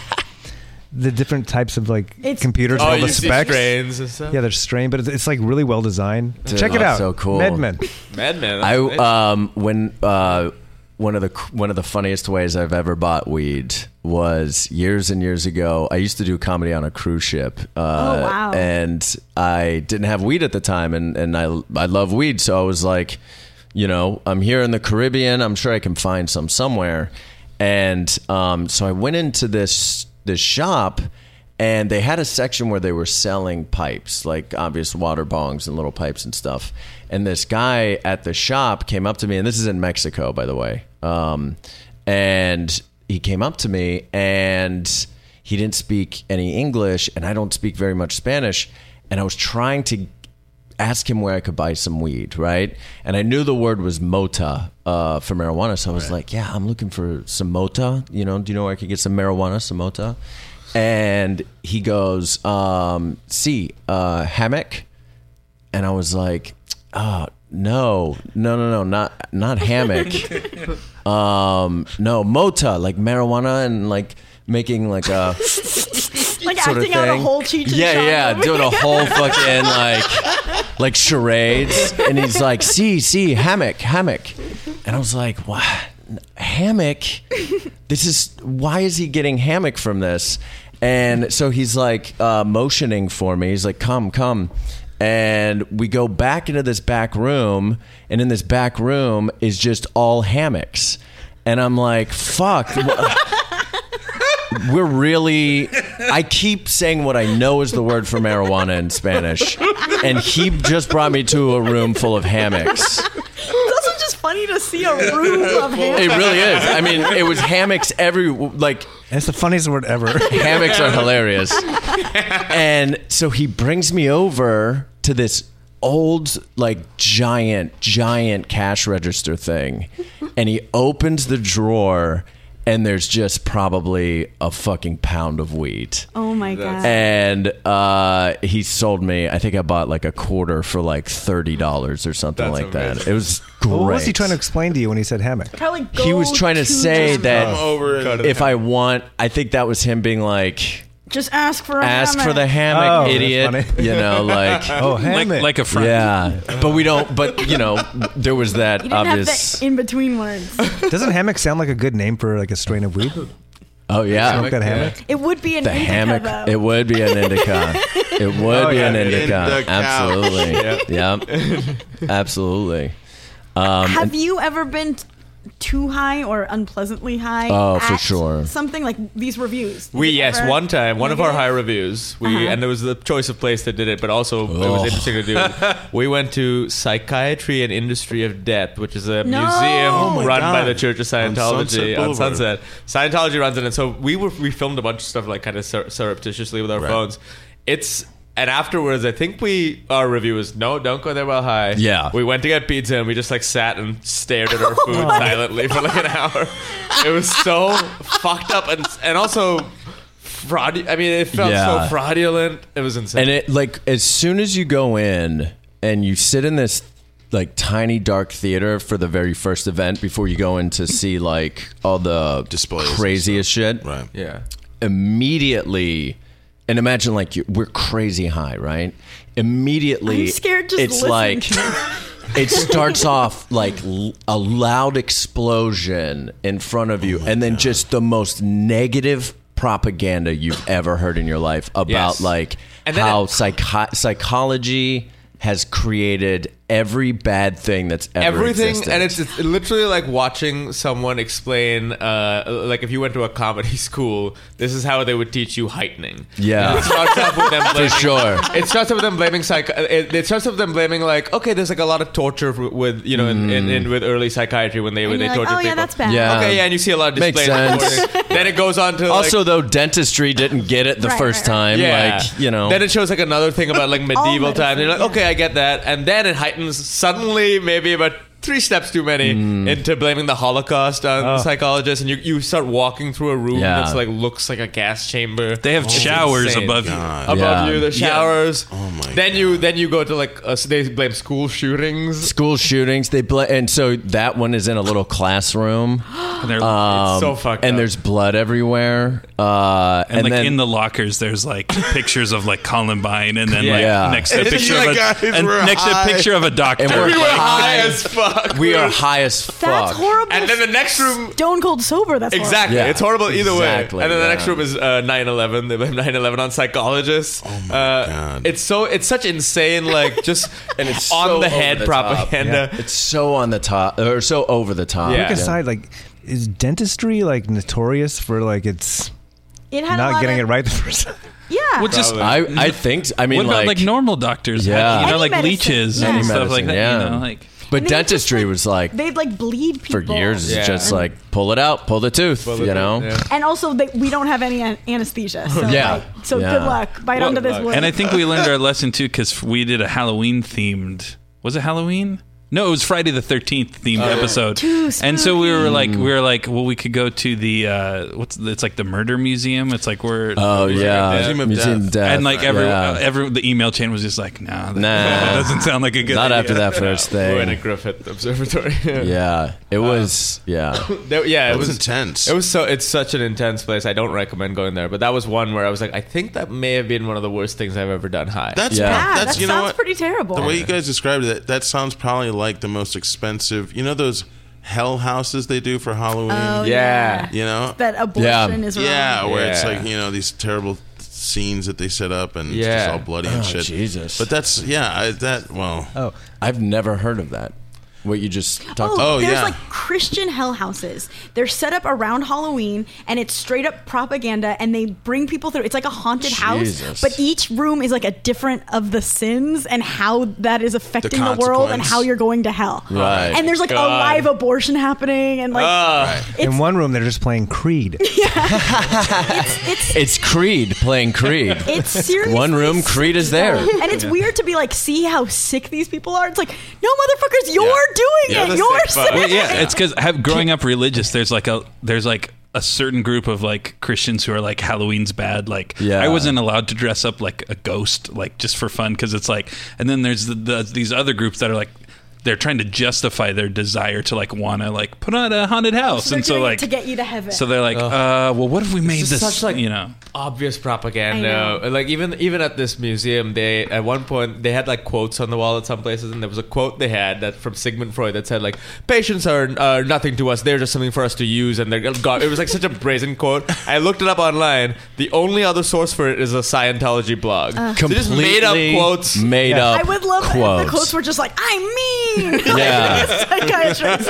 Speaker 1: the different types of like
Speaker 3: It's-
Speaker 1: computers and
Speaker 5: oh,
Speaker 1: all
Speaker 5: you
Speaker 1: the
Speaker 5: see
Speaker 1: specs.
Speaker 5: strains and stuff.
Speaker 1: Yeah, they're strained, but it's, it's like really well designed.
Speaker 7: Dude,
Speaker 1: Check it
Speaker 7: that's
Speaker 1: out.
Speaker 7: so cool.
Speaker 1: Medmen.
Speaker 5: Madman.
Speaker 7: I
Speaker 5: that's amazing.
Speaker 7: um when uh one of the one of the funniest ways I've ever bought weed was years and years ago. I used to do comedy on a cruise ship. Uh,
Speaker 3: Oh, wow.
Speaker 7: And I didn't have weed at the time, and and I I love weed, so I was like, you know, I'm here in the Caribbean. I'm sure I can find some somewhere. And um, so I went into this this shop, and they had a section where they were selling pipes, like obvious water bongs and little pipes and stuff. And this guy at the shop came up to me, and this is in Mexico, by the way. Um, and he came up to me, and he didn't speak any English, and I don't speak very much Spanish. And I was trying to ask him where I could buy some weed, right? And I knew the word was mota uh, for marijuana, so I was like, "Yeah, I'm looking for some mota. You know, do you know where I could get some marijuana, some mota?" And he goes, um, "See, uh, hammock." And I was like, "Oh no, no, no, no, not not hammock." um no mota like marijuana and like making like a
Speaker 3: Like
Speaker 7: sort of
Speaker 3: acting out a
Speaker 7: thing.
Speaker 3: whole cheat.
Speaker 7: yeah yeah doing a whole fucking like like charades and he's like see see hammock hammock and i was like what hammock this is why is he getting hammock from this and so he's like uh, motioning for me he's like come come and we go back into this back room and in this back room is just all hammocks and i'm like fuck wha- we're really i keep saying what i know is the word for marijuana in spanish and he just brought me to a room full of hammocks
Speaker 3: It's also just funny to see a room of
Speaker 7: it
Speaker 3: him.
Speaker 7: really is i mean it was hammocks every like
Speaker 1: It's the funniest word ever.
Speaker 7: hammocks are hilarious. and so he brings me over to this old, like giant, giant cash register thing. And he opens the drawer, and there's just probably a fucking pound of weed.
Speaker 3: Oh my god.
Speaker 7: And uh, he sold me. I think I bought like a quarter for like thirty dollars or something
Speaker 5: That's
Speaker 7: like that.
Speaker 5: amazing.
Speaker 7: It was great.
Speaker 1: What was he trying to explain to you when he said hammock?
Speaker 3: Probably
Speaker 7: He was
Speaker 3: go
Speaker 7: trying to say
Speaker 3: just-
Speaker 7: that
Speaker 2: Come over and-
Speaker 7: if I want, I think that was him being like,
Speaker 3: Just ask for a
Speaker 7: ask
Speaker 3: hammock.
Speaker 7: for the
Speaker 1: Oh,
Speaker 7: hammock,
Speaker 1: that's
Speaker 7: idiot.
Speaker 1: funny.
Speaker 7: You know, like,
Speaker 1: Oh,
Speaker 6: like,
Speaker 1: hammock.
Speaker 6: like a friend.
Speaker 7: yeah. But we don't. But you know, there was that
Speaker 3: You didn't
Speaker 7: obvious.
Speaker 3: have the in between words.
Speaker 1: Doesn't hammock sound like a good name for like a strain of weed?
Speaker 7: oh yeah,
Speaker 1: Smoke that hammock.
Speaker 3: It would be an
Speaker 7: the
Speaker 3: indica,
Speaker 7: hammock.
Speaker 3: though.
Speaker 7: It would be an indica. It would be
Speaker 1: yeah,
Speaker 7: an indica.
Speaker 2: indica.
Speaker 7: Absolutely. Yeah. Absolutely. Um,
Speaker 3: Have you ever been t- too high or unpleasantly high?
Speaker 7: Oh, for
Speaker 3: at
Speaker 7: sure.
Speaker 3: Something like these reviews.
Speaker 5: We
Speaker 3: Have you
Speaker 5: yes,
Speaker 3: ever-
Speaker 5: one time, one of our
Speaker 3: Negative?
Speaker 5: high reviews. We
Speaker 3: Uh-huh.
Speaker 5: and there was the choice of place that did it, but also it was
Speaker 7: Ugh.
Speaker 5: interesting to do. we went to Psychiatry and Industry of Death, which is a
Speaker 3: No.
Speaker 5: museum
Speaker 3: Oh
Speaker 2: my
Speaker 5: run by
Speaker 2: God.
Speaker 5: the Church of
Speaker 2: On Sunset
Speaker 5: Scientology on
Speaker 2: Boulevard.
Speaker 5: Sunset. Scientology runs it, and so we were we filmed a bunch of stuff like kind of sur- surreptitiously with our
Speaker 2: Right.
Speaker 5: phones. It's. And afterwards, I think we our review was no, don't go there while high.
Speaker 7: Yeah.
Speaker 5: we went to get pizza and we just like sat and stared at our
Speaker 2: Oh
Speaker 5: food silently for like an hour. It was so fucked up and and also fraud. I mean, it felt
Speaker 7: Yeah.
Speaker 5: so fraudulent. It was insane.
Speaker 7: And it like as soon as you go in and you sit in this like tiny dark theater for the very first event before you go in to see like all the
Speaker 2: Displays and
Speaker 7: craziest shit.
Speaker 2: Right.
Speaker 5: yeah,
Speaker 7: Immediately, and imagine like you, we're crazy high, right? Immediately,
Speaker 3: I'm scared just
Speaker 7: it's
Speaker 3: listening
Speaker 7: like
Speaker 3: to it.
Speaker 7: it starts off like l- a loud explosion in front of
Speaker 5: Oh
Speaker 7: you, and then just the most negative propaganda you've ever heard in your life about
Speaker 5: Yes.
Speaker 7: like
Speaker 5: And then
Speaker 7: how
Speaker 5: it-
Speaker 7: psycho- psychology has created every bad thing that's ever
Speaker 5: everything
Speaker 7: existed.
Speaker 5: and it's, it's literally like watching someone explain uh, like if you went to a comedy school this is how they would teach you heightening
Speaker 7: Yeah.
Speaker 5: it starts off with them blaming,
Speaker 7: sure.
Speaker 5: it starts off with them blaming psych it, it starts off with them blaming like okay there's like a lot of torture w- with you know in, in,
Speaker 7: Mm.
Speaker 5: in with early psychiatry when they
Speaker 3: And
Speaker 5: when they
Speaker 3: you're like,
Speaker 5: torture
Speaker 3: oh yeah,
Speaker 5: people
Speaker 3: that's bad.
Speaker 7: Yeah.
Speaker 5: okay yeah and you see a lot of
Speaker 7: Makes
Speaker 5: displays of
Speaker 7: sense.
Speaker 5: torture. then it goes on to like-
Speaker 7: also though dentistry didn't get it the
Speaker 3: Right,
Speaker 7: first
Speaker 3: right, right.
Speaker 7: time like you know
Speaker 5: Then it shows like another thing about
Speaker 6: Oh
Speaker 5: like medieval
Speaker 3: medicine,
Speaker 5: times. You're like,
Speaker 3: yeah.
Speaker 5: okay, I get that. And then it heightens suddenly, maybe about three steps too many,
Speaker 7: Hmm.
Speaker 5: into blaming the Holocaust on
Speaker 1: Oh.
Speaker 5: psychologists. And you, you start walking through a room
Speaker 7: Yeah.
Speaker 5: that's like looks like a gas chamber.
Speaker 6: They have
Speaker 5: It's
Speaker 6: showers
Speaker 5: insane.
Speaker 6: above you.
Speaker 2: God.
Speaker 5: Above
Speaker 7: Yeah.
Speaker 5: you, the
Speaker 6: Yeah.
Speaker 5: showers.
Speaker 2: Oh my
Speaker 5: Then you then you go to like uh, they blame school shootings.
Speaker 7: school shootings they bl- and so that one is in a little classroom
Speaker 6: And they're
Speaker 5: It's so fucked.
Speaker 7: and
Speaker 5: up.
Speaker 7: there's blood everywhere uh and,
Speaker 6: and, like
Speaker 7: then
Speaker 6: in the lockers, there's like pictures of like Columbine, and then like
Speaker 7: Yeah.
Speaker 6: next to a
Speaker 2: And
Speaker 6: picture
Speaker 2: you
Speaker 6: of
Speaker 2: guys
Speaker 6: a, and
Speaker 2: were
Speaker 6: next to a
Speaker 2: high.
Speaker 6: picture of a doctor.
Speaker 7: And we're-
Speaker 5: we were high
Speaker 7: high.
Speaker 5: as fuck.
Speaker 7: we are high as
Speaker 3: That's
Speaker 7: fuck
Speaker 3: horrible.
Speaker 5: And then the next room
Speaker 3: stone cold sober. That's horrible.
Speaker 5: Exactly.
Speaker 7: Yeah.
Speaker 5: It's horrible either
Speaker 7: Exactly,
Speaker 5: way. And then the
Speaker 7: yeah.
Speaker 5: next room is uh, 9/11. They blame 9/11 on psychologists. Oh
Speaker 2: my
Speaker 5: uh,
Speaker 2: God.
Speaker 5: It's so it's such insane like just and it's on
Speaker 7: so
Speaker 5: the
Speaker 7: over
Speaker 5: head
Speaker 7: the top.
Speaker 5: propaganda.
Speaker 7: it's so on the top or so over the top
Speaker 5: Yeah.
Speaker 1: Pick aside, like, is dentistry like notorious for like it's
Speaker 3: It had a
Speaker 1: not
Speaker 3: lot
Speaker 1: getting
Speaker 3: of-
Speaker 1: it right the first time?
Speaker 3: Yeah.
Speaker 6: Well, just
Speaker 5: Probably.
Speaker 7: I, I think I mean
Speaker 6: what about like,
Speaker 7: like
Speaker 6: normal doctors?
Speaker 7: Yeah.
Speaker 6: Like, you know,
Speaker 3: Any
Speaker 6: like
Speaker 3: medicine,
Speaker 6: leeches
Speaker 3: yeah.
Speaker 6: and
Speaker 3: Any
Speaker 6: stuff like
Speaker 7: medicine,
Speaker 6: that.
Speaker 7: yeah.
Speaker 6: You know, like
Speaker 7: but
Speaker 3: And they would just,
Speaker 7: dentistry
Speaker 3: like-
Speaker 7: was like
Speaker 3: They'd like bleed
Speaker 7: for
Speaker 3: people
Speaker 7: years
Speaker 5: Yeah.
Speaker 7: it's just like pull it out pull the tooth
Speaker 5: Well,
Speaker 7: you
Speaker 5: it-
Speaker 7: know
Speaker 5: yeah.
Speaker 3: And also, they, we don't have any an- anesthesia. So
Speaker 7: Yeah.
Speaker 3: like, so
Speaker 7: Yeah.
Speaker 3: good luck. Bite
Speaker 5: Well,
Speaker 3: onto this
Speaker 5: luck.
Speaker 3: wood.
Speaker 6: And I think we learned our lesson too because we did a Halloween themed. Was it Halloween? No, it was Friday the Thirteenth themed
Speaker 7: Uh,
Speaker 6: episode.
Speaker 3: Too
Speaker 6: and so we were
Speaker 7: Mm.
Speaker 6: like, we were like, well, we could go to the uh, what's it's like the murder museum. It's like we're
Speaker 7: oh yeah
Speaker 2: Museum of Death.
Speaker 6: and like every
Speaker 7: yeah.
Speaker 6: uh, every the email chain was just like, nah, that,
Speaker 7: Nah.
Speaker 6: that doesn't sound like a good.
Speaker 7: not
Speaker 6: idea.
Speaker 7: after that first
Speaker 5: We're in a
Speaker 7: thing
Speaker 5: Griffith Observatory.
Speaker 7: yeah it was yeah
Speaker 5: There- yeah, it
Speaker 2: It was
Speaker 5: was.
Speaker 2: intense.
Speaker 5: It was so. It's such an intense place. I don't recommend going there. But that was one where I was like, I think that may have been one of the worst things I've ever done. High.
Speaker 2: that's
Speaker 7: Yeah.
Speaker 2: prob-
Speaker 3: yeah,
Speaker 2: that's
Speaker 3: that
Speaker 2: you know
Speaker 3: sounds
Speaker 2: what
Speaker 3: pretty terrible.
Speaker 2: the way you guys described it. That sounds probably like the most expensive. You know those hell houses they do for Halloween.
Speaker 3: Oh,
Speaker 5: yeah.
Speaker 2: You know.
Speaker 3: that abortion
Speaker 7: Yeah.
Speaker 3: is wrong.
Speaker 2: Yeah, where it's
Speaker 5: Yeah.
Speaker 2: like you know these terrible scenes that they set up and it's
Speaker 5: Yeah.
Speaker 2: just all bloody and
Speaker 7: Oh,
Speaker 2: shit.
Speaker 7: Jesus.
Speaker 2: But that's yeah. I, that well.
Speaker 1: Oh,
Speaker 7: I've never heard of that. What you just talked about.
Speaker 3: Oh,
Speaker 2: Oh,
Speaker 3: there's
Speaker 2: yeah.
Speaker 3: like Christian hell houses. They're set up around Halloween, and it's straight up propaganda. And they bring people through. It's like a haunted
Speaker 7: Jesus.
Speaker 3: house, but each room is like a different of the sins and how that is affecting the, world and
Speaker 2: consequence.
Speaker 3: how you're going to hell.
Speaker 7: Right.
Speaker 3: And there's like a
Speaker 5: God.
Speaker 3: live abortion happening, and like
Speaker 1: in one room they're just playing Creed.
Speaker 3: it's
Speaker 7: It's Creed playing Creed.
Speaker 3: it's serious.
Speaker 7: One room, Creed is there.
Speaker 3: And it's weird to be like, see how sick these people are. It's like, no, motherfuckers, you're doing
Speaker 5: Yeah,
Speaker 3: it.
Speaker 5: the
Speaker 3: You're
Speaker 5: sick fuck.
Speaker 3: sick.
Speaker 6: yeah, it's because growing up religious, there's like a there's like a certain group of like Christians who are like Halloween's bad. Like
Speaker 7: Yeah.
Speaker 6: I wasn't allowed to dress up like a ghost, like just for fun, because it's like. And then there's the, the, these other groups that are like they're trying to justify their desire to like wanna like put on a haunted house,
Speaker 3: They're
Speaker 6: and so
Speaker 3: doing it
Speaker 6: like
Speaker 3: to get you to heaven.
Speaker 6: so they're like, uh, well, what if we made
Speaker 5: just
Speaker 6: this?
Speaker 5: such, like-
Speaker 6: you know,
Speaker 5: obvious
Speaker 3: I
Speaker 5: propaganda. Like even even at this museum, they at one point they had like quotes on the wall at some places, and there was a quote they had that from Sigmund Freud that said like patients are are nothing to us; they're just something for us to use, and they're God. It was like such a brazen quote. I looked it up online. The only other source for it is a Scientology blog. So they just made up
Speaker 7: Completely
Speaker 5: quotes.
Speaker 7: Made up
Speaker 3: I would love if
Speaker 7: quotes.
Speaker 3: the quotes were just like, I mean, like,
Speaker 7: Yeah.
Speaker 3: psychiatrist.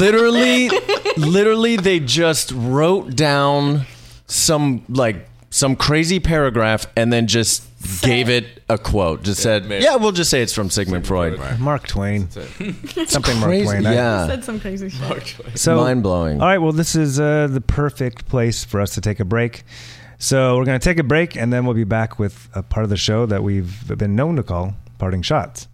Speaker 7: literally, literally, they just wrote down some like some crazy paragraph and then just gave it a quote. Just said,
Speaker 5: made-
Speaker 7: "Yeah, we'll just say it's from Sigmund Freud."
Speaker 1: Mark Twain. Something Mark
Speaker 7: Crazy,
Speaker 1: Twain. I-
Speaker 7: yeah.
Speaker 3: Said some crazy shit.
Speaker 1: So
Speaker 7: Mind blowing.
Speaker 1: All right, well, this is uh, the perfect place for us to take a break. So we're going to take a break, and then we'll be back with a part of the show that we've been known to call parting shots.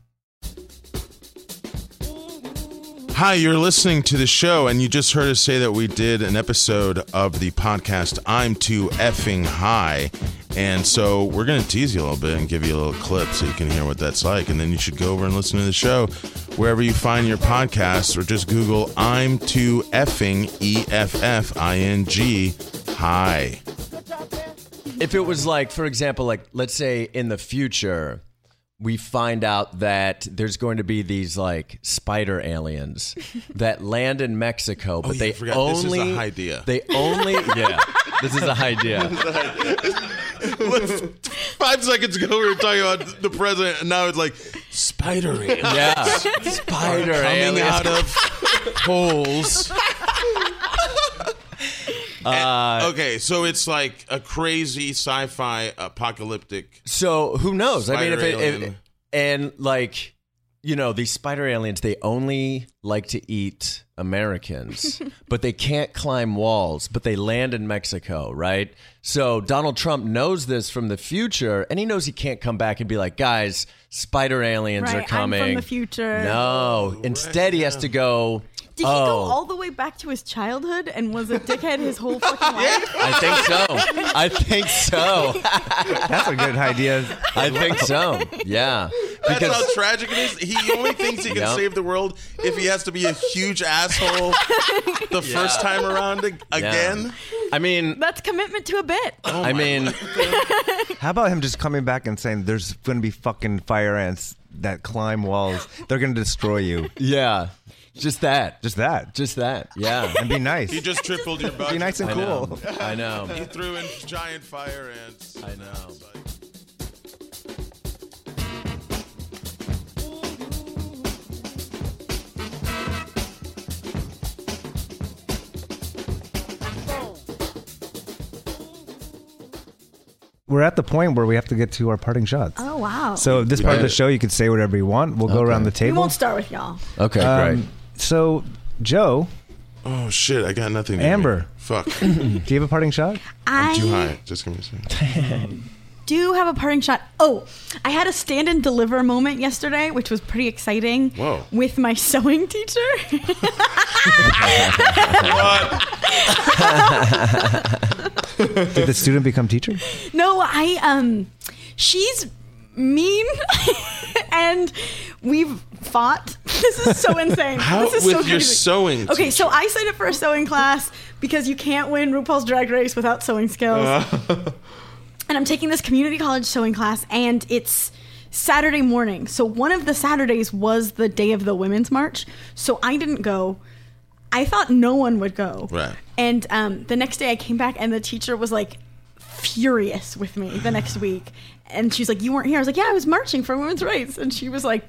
Speaker 2: Hi, you're listening to the show, and you just heard us say that we did an episode of the podcast I'm Too Effing High. And so we're going to tease you a little bit and give you a little clip so you can hear what that's like. And then you should go over and listen to the show wherever you find your podcasts, or just Google I'm Too Effing E F F I N G High.
Speaker 7: if it was like, for example, like let's say in the future, we find out that there's going to be these like spider aliens that land in Mexico, but
Speaker 2: Oh, yeah,
Speaker 7: they
Speaker 2: I forgot. This is a
Speaker 7: only
Speaker 2: idea.
Speaker 7: They only yeah. This is a idea.
Speaker 2: five seconds ago we were talking about Uh, the president, and now it's like spidery
Speaker 7: Yeah. Spider
Speaker 2: coming
Speaker 7: aliens.
Speaker 2: out of holes. And- okay, so it's like a crazy sci-fi apocalyptic.
Speaker 7: So who knows? I mean, if
Speaker 2: Spider
Speaker 7: it, if,
Speaker 2: alien.
Speaker 7: and like you know, these spider aliens, they only like to eat Americans, but they can't climb walls. But they land in Mexico, right? So Donald Trump knows this from the future, and he knows he can't come back and be like, "Guys, spider aliens
Speaker 3: Right,
Speaker 7: are
Speaker 3: I'm from
Speaker 7: coming."
Speaker 3: the future.
Speaker 7: No, instead he has to go.
Speaker 3: Did
Speaker 7: oh,
Speaker 3: he go all the way back to his childhood and was a dickhead his whole fucking life?
Speaker 7: I think so. I think so.
Speaker 1: That's a good idea.
Speaker 7: I think so. Yeah,
Speaker 2: That's how tragic it is. He only thinks he can
Speaker 7: Yep.
Speaker 2: save the world if he has to be a huge asshole the first time around ag-
Speaker 7: yeah.
Speaker 2: again.
Speaker 7: I mean,
Speaker 3: That's commitment to a bit.
Speaker 7: I mean.
Speaker 1: How about him just coming back and saying, "There's going to be fucking fire ants that climb walls. They're going to destroy you."
Speaker 7: Yeah. Just that.
Speaker 1: Just
Speaker 7: Just
Speaker 1: that. Just
Speaker 7: just that. Yeah.
Speaker 1: and be nice.
Speaker 2: He just tripled your budget.
Speaker 1: be nice and
Speaker 7: I know.
Speaker 1: cool.
Speaker 7: I know.
Speaker 2: He threw in giant fire ants. I
Speaker 7: know.
Speaker 1: We're at the point where we have to get to our parting shots.
Speaker 3: Oh wow.
Speaker 1: So this part of the show, you can say whatever you want. We'll go around the
Speaker 3: we
Speaker 1: table.
Speaker 3: won't start with y'all.
Speaker 7: Okay,
Speaker 1: Um,
Speaker 7: great.
Speaker 1: So, Joe,
Speaker 2: Oh shit! I got nothing. to
Speaker 1: Amber.
Speaker 2: read. Fuck.
Speaker 1: do you have a parting shot?
Speaker 7: Oh,
Speaker 3: I
Speaker 2: Too high. Just give me a second.
Speaker 3: do have a parting shot. Oh, I had a stand and deliver moment yesterday, which was pretty exciting.
Speaker 2: Whoa.
Speaker 3: With my sewing teacher.
Speaker 1: Did the student become teacher?
Speaker 3: No, I um she's mean and we've fought. This is so insane.
Speaker 2: How
Speaker 3: this is
Speaker 2: with
Speaker 3: so
Speaker 2: your
Speaker 3: crazy.
Speaker 2: sewing
Speaker 3: Okay, so I signed up for a sewing class because you can't win RuPaul's Drag Race without sewing skills.
Speaker 2: Uh.
Speaker 3: and I'm taking this community college sewing class and it's Saturday morning. So one of the Saturdays was the day of the women's march. So I didn't go. I thought no one would go.
Speaker 2: Right.
Speaker 3: And um, the next day I came back and the teacher was like furious with me the next week. And she's like, You weren't here. I was like, Yeah, I was marching for women's rights. And she was like,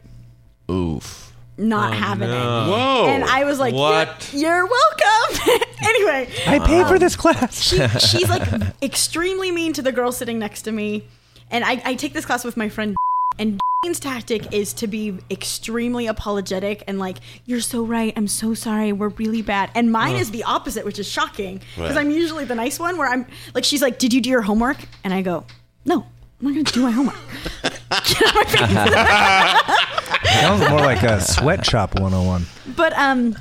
Speaker 7: Oof.
Speaker 3: Not having it.
Speaker 2: Whoa.
Speaker 3: And I was like,
Speaker 5: What?
Speaker 3: You're, you're welcome. anyway,
Speaker 1: I paid for this class.
Speaker 3: she, she's like extremely mean to the girl sitting next to me. And I, I take this class with my friend and Dean's tactic is to be extremely apologetic and like, you're so right, I'm so sorry, we're really bad. And mine is the opposite, which is shocking because
Speaker 2: Right.
Speaker 3: I'm usually the nice one where I'm like, she's like, did you do your homework? And I go, no, I'm not going to do my homework. Get out of my face.
Speaker 1: Sounds more like a sweatshop 101.
Speaker 3: But um,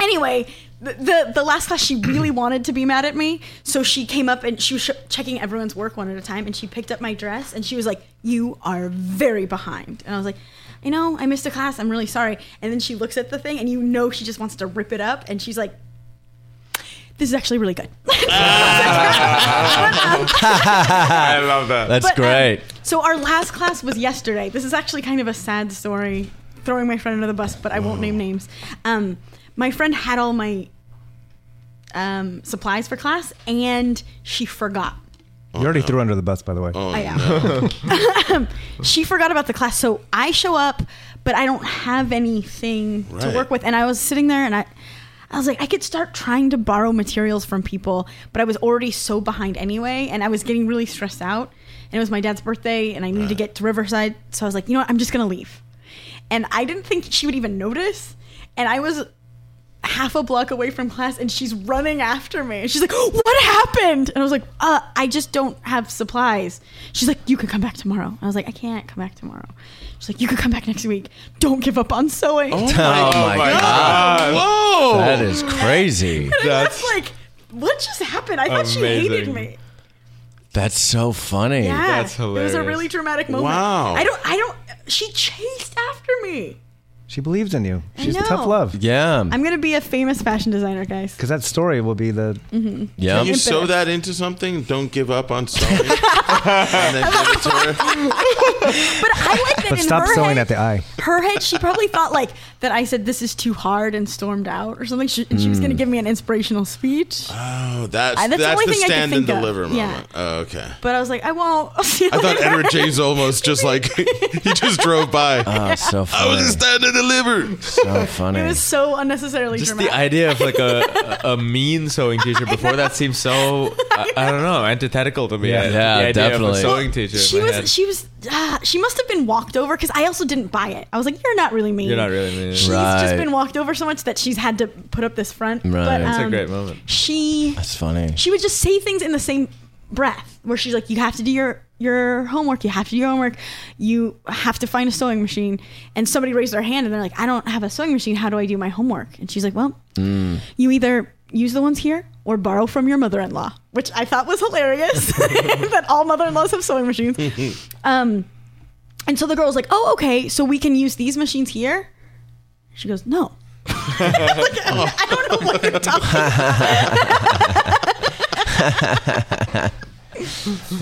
Speaker 3: anyway, the, the the last class she really wanted to be mad at me, so she came up and she was sh- checking everyone's work one at a time, and she picked up my dress and she was like, "You are very behind," and I was like. I know, I missed a class. I'm really sorry. And then she looks at the thing, and you know she just wants to rip it up. And she's like, "This is actually really good."
Speaker 5: I love that.
Speaker 7: That's
Speaker 3: But, um,
Speaker 7: great.
Speaker 3: so our last class was yesterday. This is actually kind of a sad story, throwing my friend under the bus, but I won't name names. Um, my friend had all my um, supplies for class, and she forgot.
Speaker 1: You already threw under the bus, by the way.
Speaker 3: I am. she forgot about the class, so I show up, but I don't have anything to
Speaker 2: Right.
Speaker 3: work with, and I was sitting there, and I. I was like, I could start trying to borrow materials from people, but I was already so behind anyway, and I was getting really stressed out. And it was my dad's birthday, and I needed to get to Riverside, so I was like, you know what, I'm just gonna leave. And I didn't think she would even notice, and I was half a block away from class, and she's running after me. And she's like, "What happened?" And I was like, "Uh, I just don't have supplies." She's like, "You can come back tomorrow." I was like, "I can't come back tomorrow." She's like, "You can come back next week. Don't give up on sewing."
Speaker 7: Oh my god.
Speaker 2: Whoa.
Speaker 7: That is crazy.
Speaker 3: And that's,
Speaker 5: That's
Speaker 3: like, what just happened? I thought she hated
Speaker 5: amazing.
Speaker 3: me.
Speaker 7: That's so funny.
Speaker 3: Yeah,
Speaker 5: That's
Speaker 3: It was a
Speaker 5: hilarious.
Speaker 3: really dramatic moment.
Speaker 2: Wow.
Speaker 3: I don't. I don't. She chased after me.
Speaker 1: She believes in you.
Speaker 3: I
Speaker 1: She's
Speaker 3: know.
Speaker 1: tough love.
Speaker 7: Yeah.
Speaker 3: I'm gonna be a famous fashion designer, guys.
Speaker 1: Because that story will be the
Speaker 7: yeah.
Speaker 2: Can you sew
Speaker 3: Impetus.
Speaker 2: that into something? Don't give up on sewing. and then give it to her.
Speaker 3: But I like that
Speaker 1: But
Speaker 3: in
Speaker 1: stop
Speaker 3: her
Speaker 1: sewing
Speaker 3: head,
Speaker 1: at the eye.
Speaker 3: her head, she probably thought like that. I said this is too hard and stormed out or something. She, and she was gonna
Speaker 5: Hmm.
Speaker 3: give me an inspirational speech,
Speaker 2: Oh, that's,
Speaker 3: Uh,
Speaker 2: that's,
Speaker 3: that's the only
Speaker 2: the
Speaker 3: thing I could
Speaker 2: stand and
Speaker 3: think of.
Speaker 2: deliver
Speaker 3: Yeah.
Speaker 2: moment. Oh, okay.
Speaker 3: but I was like, I won't. I'll see you
Speaker 2: I thought
Speaker 3: later.
Speaker 2: Edward James almost just like, he just drove by.
Speaker 3: Uh,
Speaker 7: Oh, so
Speaker 2: I was a
Speaker 7: funny.
Speaker 2: stand and deliver.
Speaker 7: so funny.
Speaker 3: It was so unnecessarily
Speaker 5: Just the
Speaker 3: dramatic.
Speaker 5: idea of like a a mean sewing teacher before that seems so I, I don't know antithetical to me.
Speaker 1: Yeah.
Speaker 5: I-
Speaker 7: Yeah,
Speaker 5: the idea Of
Speaker 7: definitely.
Speaker 5: a sewing teacher. in
Speaker 3: she
Speaker 5: my
Speaker 3: was
Speaker 5: head.
Speaker 3: she was ah, she must have been walked over because I also didn't buy it. I was like, you're not really mean.
Speaker 5: You're not really mean.
Speaker 3: She's
Speaker 7: Right.
Speaker 3: just been walked over so much that she's had to put up this front.
Speaker 7: Right.
Speaker 3: But,
Speaker 7: That's
Speaker 5: It's a
Speaker 3: um,
Speaker 5: great moment.
Speaker 3: She
Speaker 7: That's funny.
Speaker 3: she would just say things in the same breath where she's like, you have to do your your homework. You have to do your homework. You have to find a sewing machine. And somebody raised their hand and they're like, I don't have a sewing machine. How do I do my homework? And she's like, well,
Speaker 7: Mm.
Speaker 3: you either use the ones here or borrow from your mother-in-law, which I thought was hilarious that all mother-in-laws have sewing machines. um, and so the girl's like, "Oh, okay, so we can use these machines here." She goes, "No." Like, I don't know what you're talking about.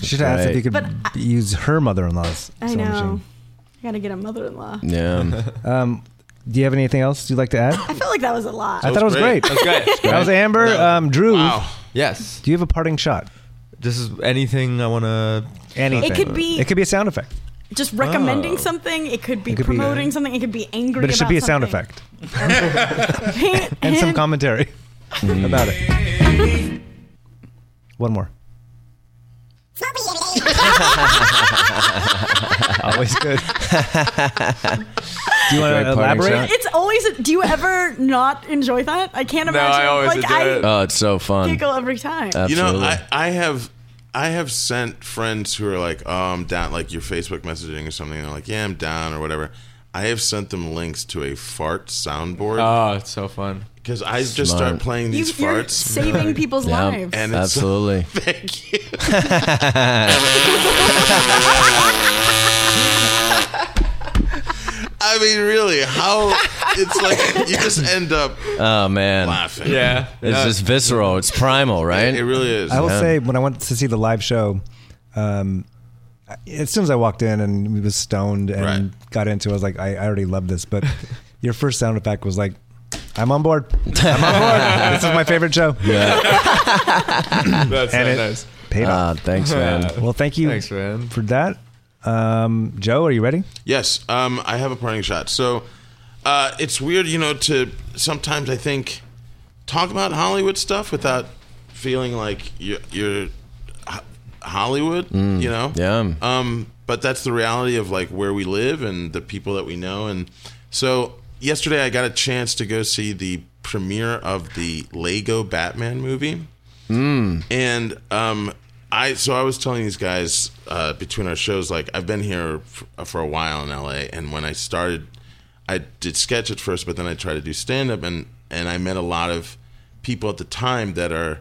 Speaker 1: She'd asked if
Speaker 7: Right.
Speaker 1: you could
Speaker 3: But
Speaker 1: b- use her mother-in-law's
Speaker 3: I
Speaker 1: sewing
Speaker 3: know.
Speaker 1: machine.
Speaker 3: I gotta get a mother-in-law.
Speaker 7: Yeah.
Speaker 1: Um, do you have anything else you'd like to add?
Speaker 3: I felt like that was a lot.
Speaker 1: I thought it was great.
Speaker 5: That's great.
Speaker 1: That was Amber. Um, Drew,
Speaker 2: Wow.
Speaker 5: yes.
Speaker 1: do you have a parting shot?
Speaker 5: This is anything I want to.
Speaker 1: Anything.
Speaker 3: It could be-
Speaker 1: It could be a sound effect,
Speaker 3: Just recommending
Speaker 5: Oh.
Speaker 3: something. It could be
Speaker 1: It could be-
Speaker 3: promoting something. It could be angry.
Speaker 1: but it should
Speaker 3: about
Speaker 1: be a sound
Speaker 3: something.
Speaker 1: effect and some commentary about it. One more. Always good. do you want
Speaker 7: Great
Speaker 1: to
Speaker 7: parting
Speaker 1: elaborate?
Speaker 7: shot.
Speaker 3: it's always. do you ever not enjoy that? I can't imagine.
Speaker 5: I always
Speaker 3: like
Speaker 5: enjoy
Speaker 3: I
Speaker 5: it.
Speaker 7: Oh, it's so fun.
Speaker 3: giggle every time.
Speaker 2: You
Speaker 7: Absolutely.
Speaker 2: know, I, I have I have sent friends who are like, oh, I'm down, like your Facebook messaging or something. And they're like, yeah, I'm down or whatever. I have sent them links to a fart soundboard
Speaker 5: Oh, it's so fun.
Speaker 2: because I just
Speaker 7: Smart.
Speaker 2: start playing
Speaker 3: Uh, you,
Speaker 2: these
Speaker 3: you're
Speaker 2: farts.
Speaker 3: saving people's
Speaker 7: Yeah.
Speaker 3: lives.
Speaker 2: And it's-
Speaker 7: Absolutely.
Speaker 2: Thank you. I mean, really, how it's like you just end up
Speaker 7: Oh man.
Speaker 2: laughing.
Speaker 5: Yeah.
Speaker 7: It's just visceral. It's primal, right?
Speaker 2: It really is.
Speaker 1: I will say when I went to see the live show, um, I- as soon as I walked in and we was stoned and
Speaker 2: Right.
Speaker 1: got into, it, I was like, I, I already love this. But your first sound effect was like, I'm on board. I'm on board. this is my favorite show.
Speaker 7: yeah.
Speaker 5: That's so
Speaker 1: And it
Speaker 5: nice.
Speaker 1: paid off.
Speaker 7: Ah, thanks, man.
Speaker 1: Well, thank you
Speaker 5: Thanks, man.
Speaker 1: for that. Um, Joe, are you ready?
Speaker 2: Yes, um, I have a parting shot. So uh, it's weird, you know, to sometimes I think talk about Hollywood stuff without feeling like you're, you're Ho- Hollywood, you know?
Speaker 7: yeah.
Speaker 2: Um, but that's the reality of like where we live and the people that we know. And so yesterday I got a chance to go see the premiere of the Lego Batman movie. And um, I so I was telling these guys uh, between our shows, like I've been here uh, for, for a while in LA, and when I started, I did sketch at first, but then I tried to do stand up, and and I met a lot of people at the time that are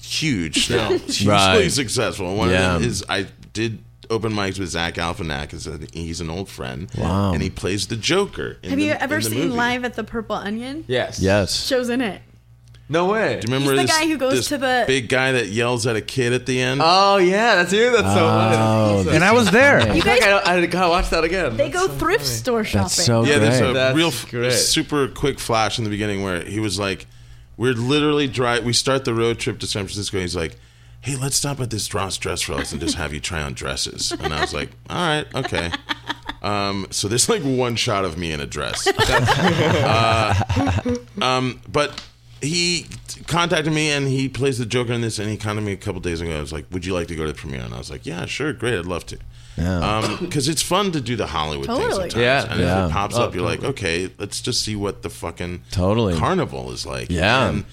Speaker 2: huge now, hugely
Speaker 7: Right.
Speaker 2: successful. One
Speaker 7: Yeah.
Speaker 2: of them is I did. Open mics with Zach Galifianakis, and he's an old friend.
Speaker 7: Wow.
Speaker 2: And he plays the Joker. In
Speaker 3: Have
Speaker 2: the-
Speaker 3: you
Speaker 2: in
Speaker 3: ever
Speaker 2: the
Speaker 3: seen
Speaker 2: movie.
Speaker 3: Live at the Purple Onion?
Speaker 5: Yes.
Speaker 7: Yes.
Speaker 3: Shows in it.
Speaker 5: No way.
Speaker 2: Do you remember
Speaker 3: He's the
Speaker 2: this,
Speaker 3: guy who goes
Speaker 2: this
Speaker 3: to the-
Speaker 2: big guy that yells at a kid at the end?
Speaker 5: Oh yeah, that's you. That's so
Speaker 7: Oh,
Speaker 5: fun.
Speaker 1: And I was there.
Speaker 3: You
Speaker 5: I,
Speaker 3: guys,
Speaker 5: I, I gotta watch that again.
Speaker 3: they go thrift store shopping.
Speaker 7: That's so
Speaker 2: Yeah, there's a
Speaker 7: great.
Speaker 5: That's
Speaker 2: real f-
Speaker 5: great.
Speaker 2: super quick flash in the beginning where he was like, "We're literally dry." We start the road trip to San Francisco. And he's like, "Hey, let's stop at this Ross dress house and just have you try on dresses." And I was like, "All right, okay." Um, so there's like one shot of me in a dress. Uh, um, but he t- contacted me and he plays the Joker in this, and he contacted me a couple days ago. I was like, "Would you like to go to the premiere?" And I was like, "Yeah, sure, great, I'd love to." Because it's fun to do the Hollywood thing
Speaker 3: Totally.
Speaker 2: sometimes.
Speaker 5: Yeah.
Speaker 2: And
Speaker 7: Yeah.
Speaker 2: if it pops up, you're like, okay, let's just see what the fucking
Speaker 7: Oh, Totally.
Speaker 2: carnival is like.
Speaker 7: Yeah.
Speaker 2: And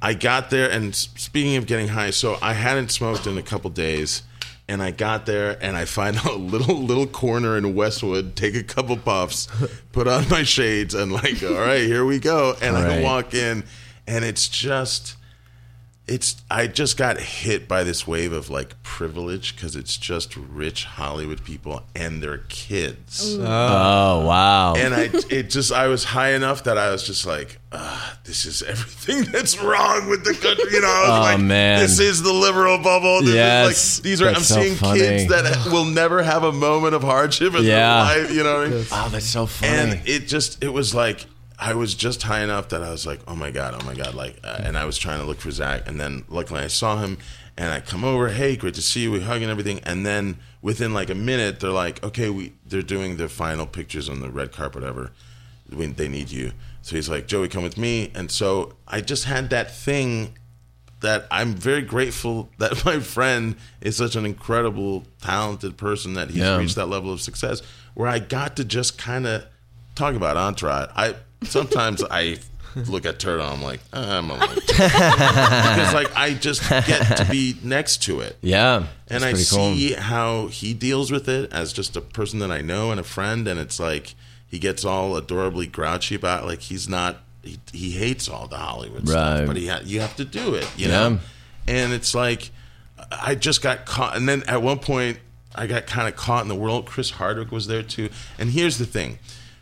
Speaker 2: I got there, and s- speaking of getting high, so I hadn't smoked in a couple days, and I got there, and I find a little little corner in Westwood, take a couple puffs, put on my shades, and like, all right, here we go, and I
Speaker 7: Right.
Speaker 2: walk in, and it's just it's I just got hit by this wave of like privilege because it's just rich Hollywood people and their kids.
Speaker 7: Oh wow.
Speaker 2: And I, it just, I was high enough that I was just like, ah, this is everything that's wrong with the country. You know, I was
Speaker 7: Oh,
Speaker 2: like,
Speaker 7: man.
Speaker 2: this is the liberal bubble. This
Speaker 7: Yes,
Speaker 2: is like, these are, I'm
Speaker 7: that's so
Speaker 2: seeing
Speaker 7: funny.
Speaker 2: kids that will never have a moment of hardship in
Speaker 7: Yeah.
Speaker 2: their life. You know what I mean?
Speaker 7: wow, that's so
Speaker 2: and it just it was like I was just high enough that I was like, oh my god, oh my god, like, uh, and I was trying to look for Zach, and then luckily I saw him, and I come over, hey, great to see you, we hug and everything, and then within like a minute, they're like, okay, we they're doing their final pictures on the red carpet, whatever, when they need you, so he's like, Joey, come with me, and so I just had that thing that I'm very grateful that my friend is such an incredible, talented person that he's
Speaker 7: Yeah.
Speaker 2: reached that level of success where I got to just kind of talk about Entourage. I sometimes I look at Turtle, I'm like, "Ah, I'm alone. because like I just get to be next to it
Speaker 7: yeah,
Speaker 2: and
Speaker 7: that's
Speaker 2: I
Speaker 7: pretty cool.
Speaker 2: see how he deals with it as just a person that I know and a friend, and it's like he gets all adorably grouchy about like he's not he, he hates all the Hollywood
Speaker 7: Right.
Speaker 2: stuff, but he ha- you have to do it, you
Speaker 7: Yeah.
Speaker 2: know. And it's like I just got caught, and then at one point I got kind of caught in the world. Chris Hardwick was there too, and here's the thing.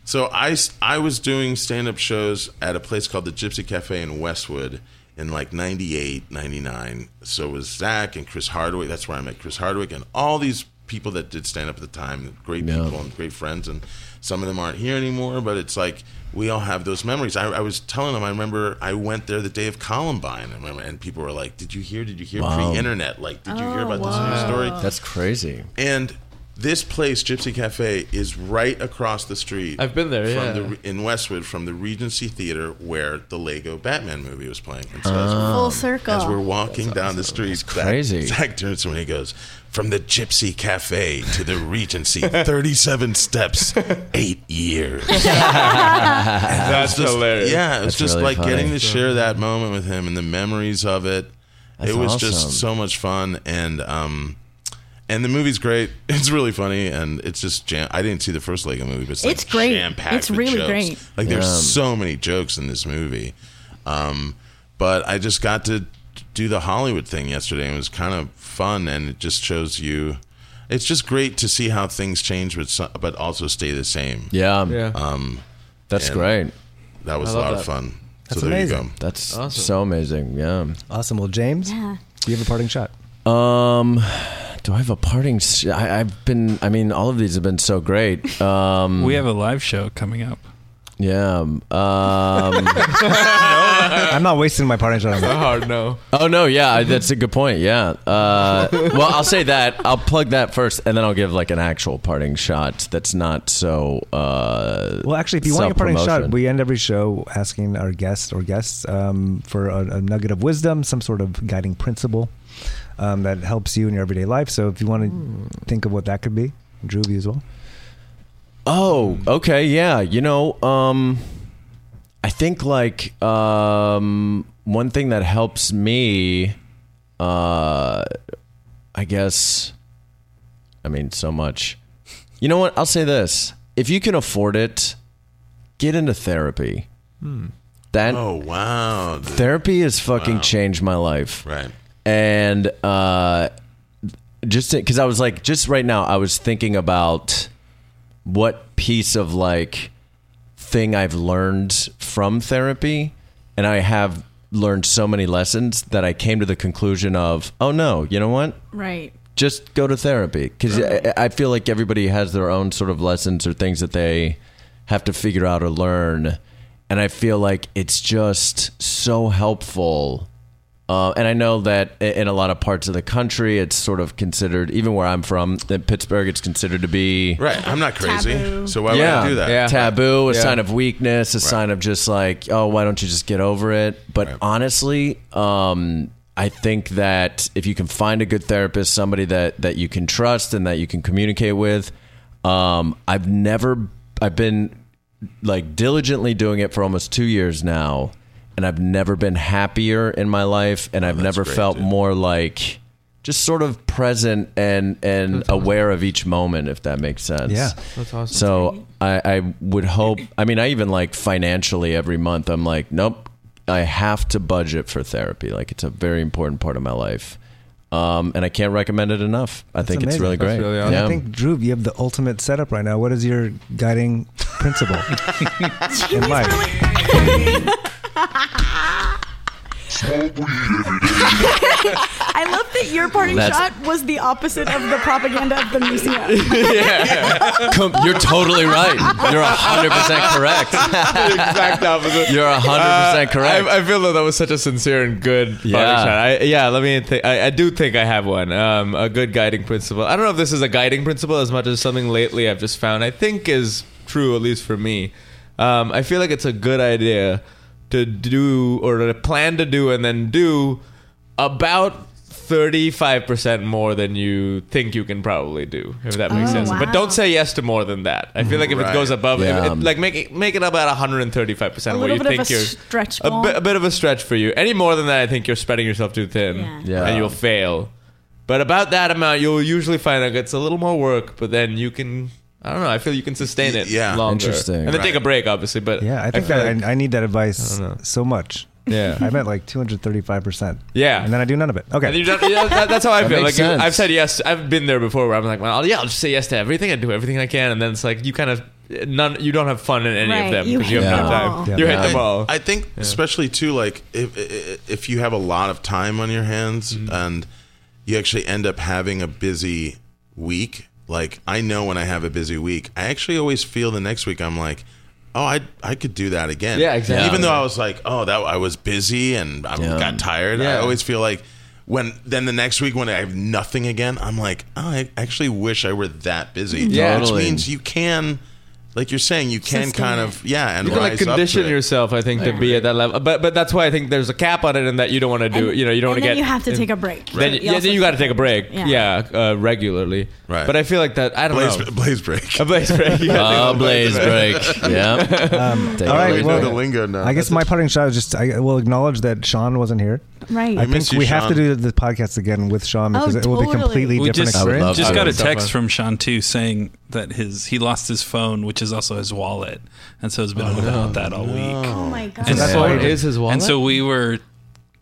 Speaker 2: So I, s- I was doing stand-up shows at a place called the Gypsy Cafe in Westwood in like 98, 99. So it was Zach and Chris Hardwick. That's where I met Chris Hardwick and all these people that did stand-up at the time, great
Speaker 7: Yeah.
Speaker 2: people and great friends. And some of them aren't here anymore, but it's like we all have those memories. I, I was telling them, I remember I went there the day of Columbine. I remember, and people were like, did you hear, did you hear
Speaker 7: Wow.
Speaker 2: pre-internet? Like, did you hear
Speaker 3: Oh,
Speaker 2: about this
Speaker 3: wow.
Speaker 2: new story?
Speaker 7: that's crazy.
Speaker 2: And this place, Gypsy Cafe, is right across the street.
Speaker 5: I've been there,
Speaker 2: from
Speaker 5: yeah.
Speaker 2: the, in Westwood from the Regency Theater where the Lego Batman movie was playing. And so
Speaker 5: Ah.
Speaker 3: Full
Speaker 2: as, as we're
Speaker 3: circle.
Speaker 2: walking down the street, Zach-
Speaker 7: crazy.
Speaker 2: Zach, turns to me and he goes, "From the Gypsy Cafe to the Regency, thirty-seven steps, eight years."
Speaker 5: That's
Speaker 2: It's just-
Speaker 5: hilarious.
Speaker 2: Yeah, it was
Speaker 7: That's
Speaker 2: just
Speaker 7: really
Speaker 2: like
Speaker 7: funny.
Speaker 2: getting to share that moment with him and the memories of it. it was
Speaker 7: awesome.
Speaker 2: just so much fun, and um, and the movie's great. It's really funny, and it's just jam. I didn't see the first Lego movie, but it's,
Speaker 3: It's great.
Speaker 2: Jam packed.
Speaker 3: It's really
Speaker 2: jokes.
Speaker 3: great.
Speaker 2: Like there's
Speaker 7: Yeah.
Speaker 2: so many jokes in this movie, um, but I just got to do the Hollywood thing yesterday, and it was kind of fun, and it just shows you. It's just great to see how things change, but so- but also stay the same.
Speaker 7: Yeah,
Speaker 5: Yeah.
Speaker 2: Um,
Speaker 7: that's
Speaker 2: and-
Speaker 7: great.
Speaker 2: that was a
Speaker 5: love
Speaker 2: lot
Speaker 5: that.
Speaker 2: of fun.
Speaker 1: That's
Speaker 2: so there you
Speaker 1: amazing.
Speaker 2: go.
Speaker 7: That's
Speaker 5: Awesome.
Speaker 7: so amazing. Yeah.
Speaker 1: Awesome. Well, James,
Speaker 3: Yeah.
Speaker 1: do you have a parting shot?
Speaker 7: Um, do I have a parting? Sh- I, I've been. I mean, all of these have been so great. Um,
Speaker 6: We have a live show coming up.
Speaker 7: yeah. Um,
Speaker 5: Uh,
Speaker 1: I'm not wasting my parting shot on
Speaker 5: a
Speaker 1: that.
Speaker 5: hard no.
Speaker 7: oh no. Yeah, I- that's a good point. Yeah. Uh, well, I'll say that. I'll plug that first, and then I'll give like an actual parting shot. That's not so. Uh,
Speaker 1: Well, actually, if you want your parting shot,
Speaker 7: Self-promotion.
Speaker 1: we end every show asking our guests or guests um, for a, a nugget of wisdom, some sort of guiding principle um, that helps you in your everyday life. So if you want to
Speaker 7: Hmm.
Speaker 1: think of what that could be, Drew, you as well.
Speaker 7: Oh, okay, yeah. You know, um I think like um one thing that helps me uh I guess I mean so much. You know what? I'll say this. If you can afford it, get into therapy. That
Speaker 2: Oh wow! dude.
Speaker 7: therapy has fucking changed my life
Speaker 2: Right.
Speaker 7: and uh just because i was like just right now i was thinking about what piece of like thing i've learned from therapy and i have learned so many lessons that i came to the conclusion of oh no you know what
Speaker 3: Right.
Speaker 7: just go to therapy because I, I feel like everybody has their own sort of lessons or things that they have to figure out or learn and i feel like it's just so helpful uh, and i know that i- in a lot of parts of the country it's sort of considered even where i'm from in pittsburgh it's considered to be
Speaker 2: Right. I'm not crazy,
Speaker 3: Taboo.
Speaker 2: so why
Speaker 7: yeah,
Speaker 2: would I do that?
Speaker 5: Yeah.
Speaker 7: taboo, a
Speaker 5: Yeah.
Speaker 7: sign of weakness, a sign of just like, oh, why don't you just get over it? But honestly, um, I think that if you can find a good therapist, somebody that that you can trust and that you can communicate with, um, I've never, I've been like diligently doing it for almost two years now, and I've never been happier in my life, and I've never
Speaker 2: Oh, great,
Speaker 7: felt
Speaker 2: dude.
Speaker 7: more like. Just sort of present and and aware of each moment, if that makes sense.
Speaker 1: Yeah.
Speaker 5: That's awesome.
Speaker 7: So I, I would hope. I mean, I even like financially every month. I'm like, nope, I have to budget for therapy. Like it's a very important part of my life. Um, and I can't recommend it enough. I think it's
Speaker 1: amazing.
Speaker 7: really
Speaker 1: That's
Speaker 7: great.
Speaker 5: really
Speaker 1: And
Speaker 7: yeah.
Speaker 1: I think Drew, you have the ultimate setup right now. What is your guiding principle in life?
Speaker 3: I love that your parting
Speaker 7: That's-
Speaker 3: shot was the opposite of the propaganda of the museum.
Speaker 7: Com- you're totally right. You're 100% correct.
Speaker 5: exact opposite.
Speaker 7: You're 100%
Speaker 5: Uh,
Speaker 7: correct.
Speaker 5: I, I feel that that was such a sincere and good yeah.
Speaker 7: Yeah.
Speaker 5: shot. I, yeah, let me think. I, I do think I have one. Um, a good guiding principle. I don't know if this is a guiding principle as much as something lately I've just found I think is true, at least for me. Um, I feel like it's a good idea to do or to plan to do and then do about 35% more than you think you can probably do, if that makes
Speaker 3: Oh,
Speaker 5: sense. But
Speaker 3: wow.
Speaker 5: don't say yes to more than that. I feel like if it
Speaker 2: Right.
Speaker 5: goes above, if
Speaker 7: Yeah.
Speaker 5: it, like make it make it about 135 percent
Speaker 3: A
Speaker 5: what
Speaker 3: little
Speaker 5: you
Speaker 3: bit of
Speaker 5: think
Speaker 3: a
Speaker 5: you're
Speaker 3: stretch
Speaker 5: a
Speaker 3: goal.
Speaker 5: bit, a bit of a stretch for you. Any more than that, I think you're spreading yourself too thin,
Speaker 3: Yeah.
Speaker 7: Yeah.
Speaker 5: and you'll fail. But about that amount, you'll usually find out it's a little more work, but then you can. I don't know. I feel you can sustain it.
Speaker 2: Yeah.
Speaker 5: longer.
Speaker 7: Interesting.
Speaker 5: And then take a
Speaker 2: Right.
Speaker 5: break, obviously. But
Speaker 1: Yeah, I think
Speaker 5: feel
Speaker 1: I,
Speaker 5: like-
Speaker 1: I, need that advice so much.
Speaker 5: yeah.
Speaker 1: I'm at like 235%.
Speaker 5: Yeah.
Speaker 1: And then I do none of it. Okay.
Speaker 5: And you don't, yeah, that, that's how I feel. Like
Speaker 7: makes
Speaker 5: you-
Speaker 7: sense.
Speaker 5: I've said yes. I've been there before where I'm like, well, yeah, I'll just say yes to everything. I do everything I can, and then it's like you kind of none. You don't have fun in any
Speaker 3: Right,
Speaker 5: of them
Speaker 3: you
Speaker 5: because you,
Speaker 7: hit
Speaker 5: have
Speaker 7: them
Speaker 5: no
Speaker 3: all.
Speaker 5: time.
Speaker 1: Yeah.
Speaker 5: You hit
Speaker 2: I,
Speaker 5: them all.
Speaker 2: I think, especially too, like if i- if you have a lot of time on your hands
Speaker 5: Mm-hmm.
Speaker 2: and you actually end up having a busy week. Like I know when I have a busy week, I actually always feel the next week I'm like, oh, I I could do that again.
Speaker 5: Yeah, exactly.
Speaker 2: Even though I was like, oh, that I was busy and I
Speaker 7: Yeah.
Speaker 2: got tired. I
Speaker 5: Yeah.
Speaker 2: always feel like. When then the next week when I have nothing again, I'm like, oh, I actually wish I were that busy.
Speaker 5: Yeah.
Speaker 2: which
Speaker 7: Totally.
Speaker 2: means you can, like you're saying, you can
Speaker 3: Sustain
Speaker 2: kind
Speaker 3: it.
Speaker 2: of yeah, and
Speaker 5: you can like
Speaker 2: rise up to
Speaker 5: condition
Speaker 2: it.
Speaker 5: yourself, I think, to be at that level. But but that's why I think there's a cap on it, and that you don't want to do. you know, you don't want
Speaker 3: and
Speaker 5: to
Speaker 3: then
Speaker 5: get.
Speaker 3: you have to
Speaker 5: in-
Speaker 3: take a break.
Speaker 5: Then,
Speaker 3: You
Speaker 5: yeah,
Speaker 3: also
Speaker 5: then you got to take a break.
Speaker 3: Yeah.
Speaker 5: Yeah, uh, regularly.
Speaker 2: Right.
Speaker 5: But I feel like that. I don't
Speaker 2: Blaze,
Speaker 5: know.
Speaker 2: Blaze break.
Speaker 5: A blaze break. You gotta
Speaker 7: Uh,
Speaker 5: take a
Speaker 7: blaze break. Yeah. Take
Speaker 1: all
Speaker 7: a
Speaker 1: right,
Speaker 7: break.
Speaker 2: We
Speaker 1: well-
Speaker 2: know the lingo now.
Speaker 1: I guess my parting shot is just I will acknowledge that Sean wasn't here.
Speaker 3: Right.
Speaker 1: I
Speaker 2: miss
Speaker 1: think
Speaker 2: you,
Speaker 1: we have to
Speaker 2: Sean.
Speaker 1: do the podcast again with Sean
Speaker 3: Oh,
Speaker 1: because it will be
Speaker 3: totally.
Speaker 1: completely
Speaker 6: We
Speaker 1: different
Speaker 6: just,
Speaker 7: I would love
Speaker 1: experience.
Speaker 6: just
Speaker 7: that.
Speaker 6: got a
Speaker 7: That's
Speaker 6: text
Speaker 5: fun.
Speaker 6: from Sean too saying that his he lost his phone, which is also his wallet, and so he's been
Speaker 7: Oh,
Speaker 6: without that all week.
Speaker 3: oh my god.
Speaker 6: And
Speaker 1: that's
Speaker 6: so-
Speaker 1: why
Speaker 5: break. It is his wallet.
Speaker 6: And so we were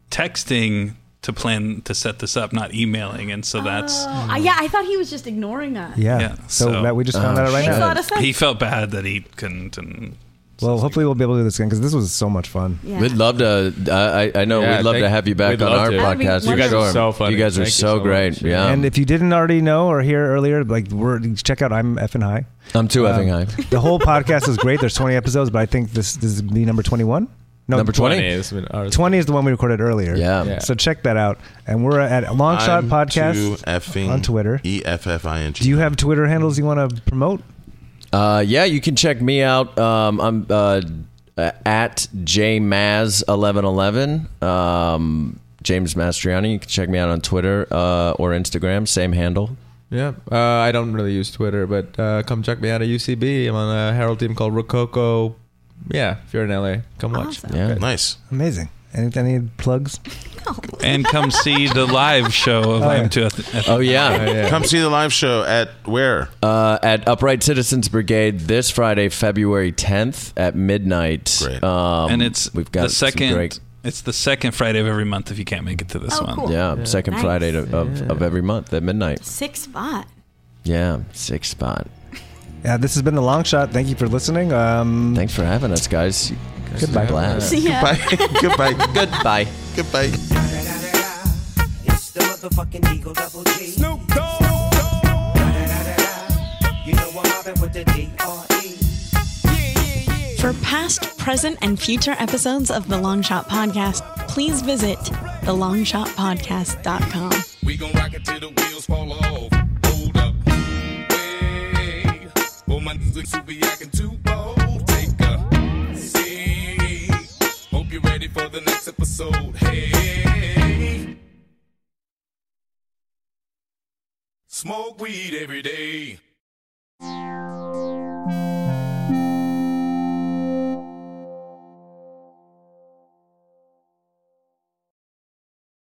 Speaker 6: texting to plan to set this up, not emailing, and so that's
Speaker 3: Oh, I- yeah, I thought he was just ignoring us.
Speaker 1: Yeah.
Speaker 6: Yeah,
Speaker 1: so,
Speaker 6: so-
Speaker 1: that we just found
Speaker 7: Oh,
Speaker 1: out right
Speaker 3: Makes a
Speaker 1: now.
Speaker 3: lot of sense.
Speaker 6: he felt bad that he couldn't. And
Speaker 1: Well, hopefully we'll be able to do this again because this was so much fun.
Speaker 3: yeah.
Speaker 7: We'd love to. uh, I I I know
Speaker 5: Yeah,
Speaker 7: we'd love
Speaker 5: thank-
Speaker 7: to have you back
Speaker 5: we'd
Speaker 7: on
Speaker 5: love
Speaker 7: our
Speaker 5: to.
Speaker 3: That'd be
Speaker 7: podcast. for
Speaker 3: You guys are
Speaker 7: sure.
Speaker 5: so funny.
Speaker 7: You guys are
Speaker 5: Thank you
Speaker 7: so
Speaker 5: so
Speaker 7: great.
Speaker 5: much.
Speaker 7: Yeah,
Speaker 1: and if you didn't already know or hear earlier, like we're check out I'm effing high.
Speaker 7: I'm too effing high.
Speaker 1: The whole podcast is great. There's 20 episodes, but I think this, this is the number 21. No,
Speaker 7: Number
Speaker 5: 20.
Speaker 7: 20.
Speaker 5: It's been ours.
Speaker 1: 20 is the one we recorded earlier.
Speaker 7: Yeah.
Speaker 5: Yeah.
Speaker 1: So check that out. And we're at Longshot
Speaker 2: I'm too
Speaker 1: Podcast
Speaker 2: effing
Speaker 1: on Twitter.
Speaker 2: E F F I N G.
Speaker 1: Do you have Twitter handles you want to promote?
Speaker 7: Uh, yeah, you can check me out. Um, I'm uh, uh, at jmaz1111. Um, James Mastriani. You can check me out on Twitter uh, or Instagram. Same handle.
Speaker 5: Yeah, uh, I don't really use Twitter, but uh, come check me out at UCB. I'm on uh, a Herald team called Rococo. Yeah, if you're in LA, come watch.
Speaker 3: Awesome.
Speaker 7: Yeah.
Speaker 2: nice?
Speaker 1: Amazing. Any, any plugs?
Speaker 6: and come see the live show of I'm too.
Speaker 7: Oh yeah.
Speaker 5: Yeah.
Speaker 2: Come see the live show at where?
Speaker 7: Uh, at Upright Citizens Brigade this Friday, February 10th at midnight.
Speaker 2: Great.
Speaker 7: Um,
Speaker 6: and it's
Speaker 7: we've got
Speaker 6: the
Speaker 7: some
Speaker 6: second.
Speaker 7: great-
Speaker 6: It's the second Friday of every month. If you can't make it to this
Speaker 3: Oh,
Speaker 6: one,
Speaker 3: cool.
Speaker 7: yeah,
Speaker 5: Yeah.
Speaker 7: second
Speaker 3: Nice.
Speaker 7: Friday to, of, of every month at midnight.
Speaker 3: Six spot.
Speaker 7: Yeah, six spot.
Speaker 1: Uh, this has been The Long Shot. Thank you for listening. Um,
Speaker 7: Thanks for having us, guys.
Speaker 1: Goodbye.
Speaker 7: Blast.
Speaker 3: See ya.
Speaker 2: Goodbye. Goodbye.
Speaker 7: Goodbye.
Speaker 2: Goodbye.
Speaker 8: It's the motherfucking Eagle Double G. Snoop Dogg. You know I'm mobbing with the D.R.E.
Speaker 9: For past, present, and future episodes of the Long Shot Podcast, please visit thelongshotpodcast.com.
Speaker 10: We gon' rock it till the wheels fall off. Hold up. Hey. For my niggas who be acting too bold. Take a seat. Hope you're ready for the next episode. Hey. Smoke weed every day.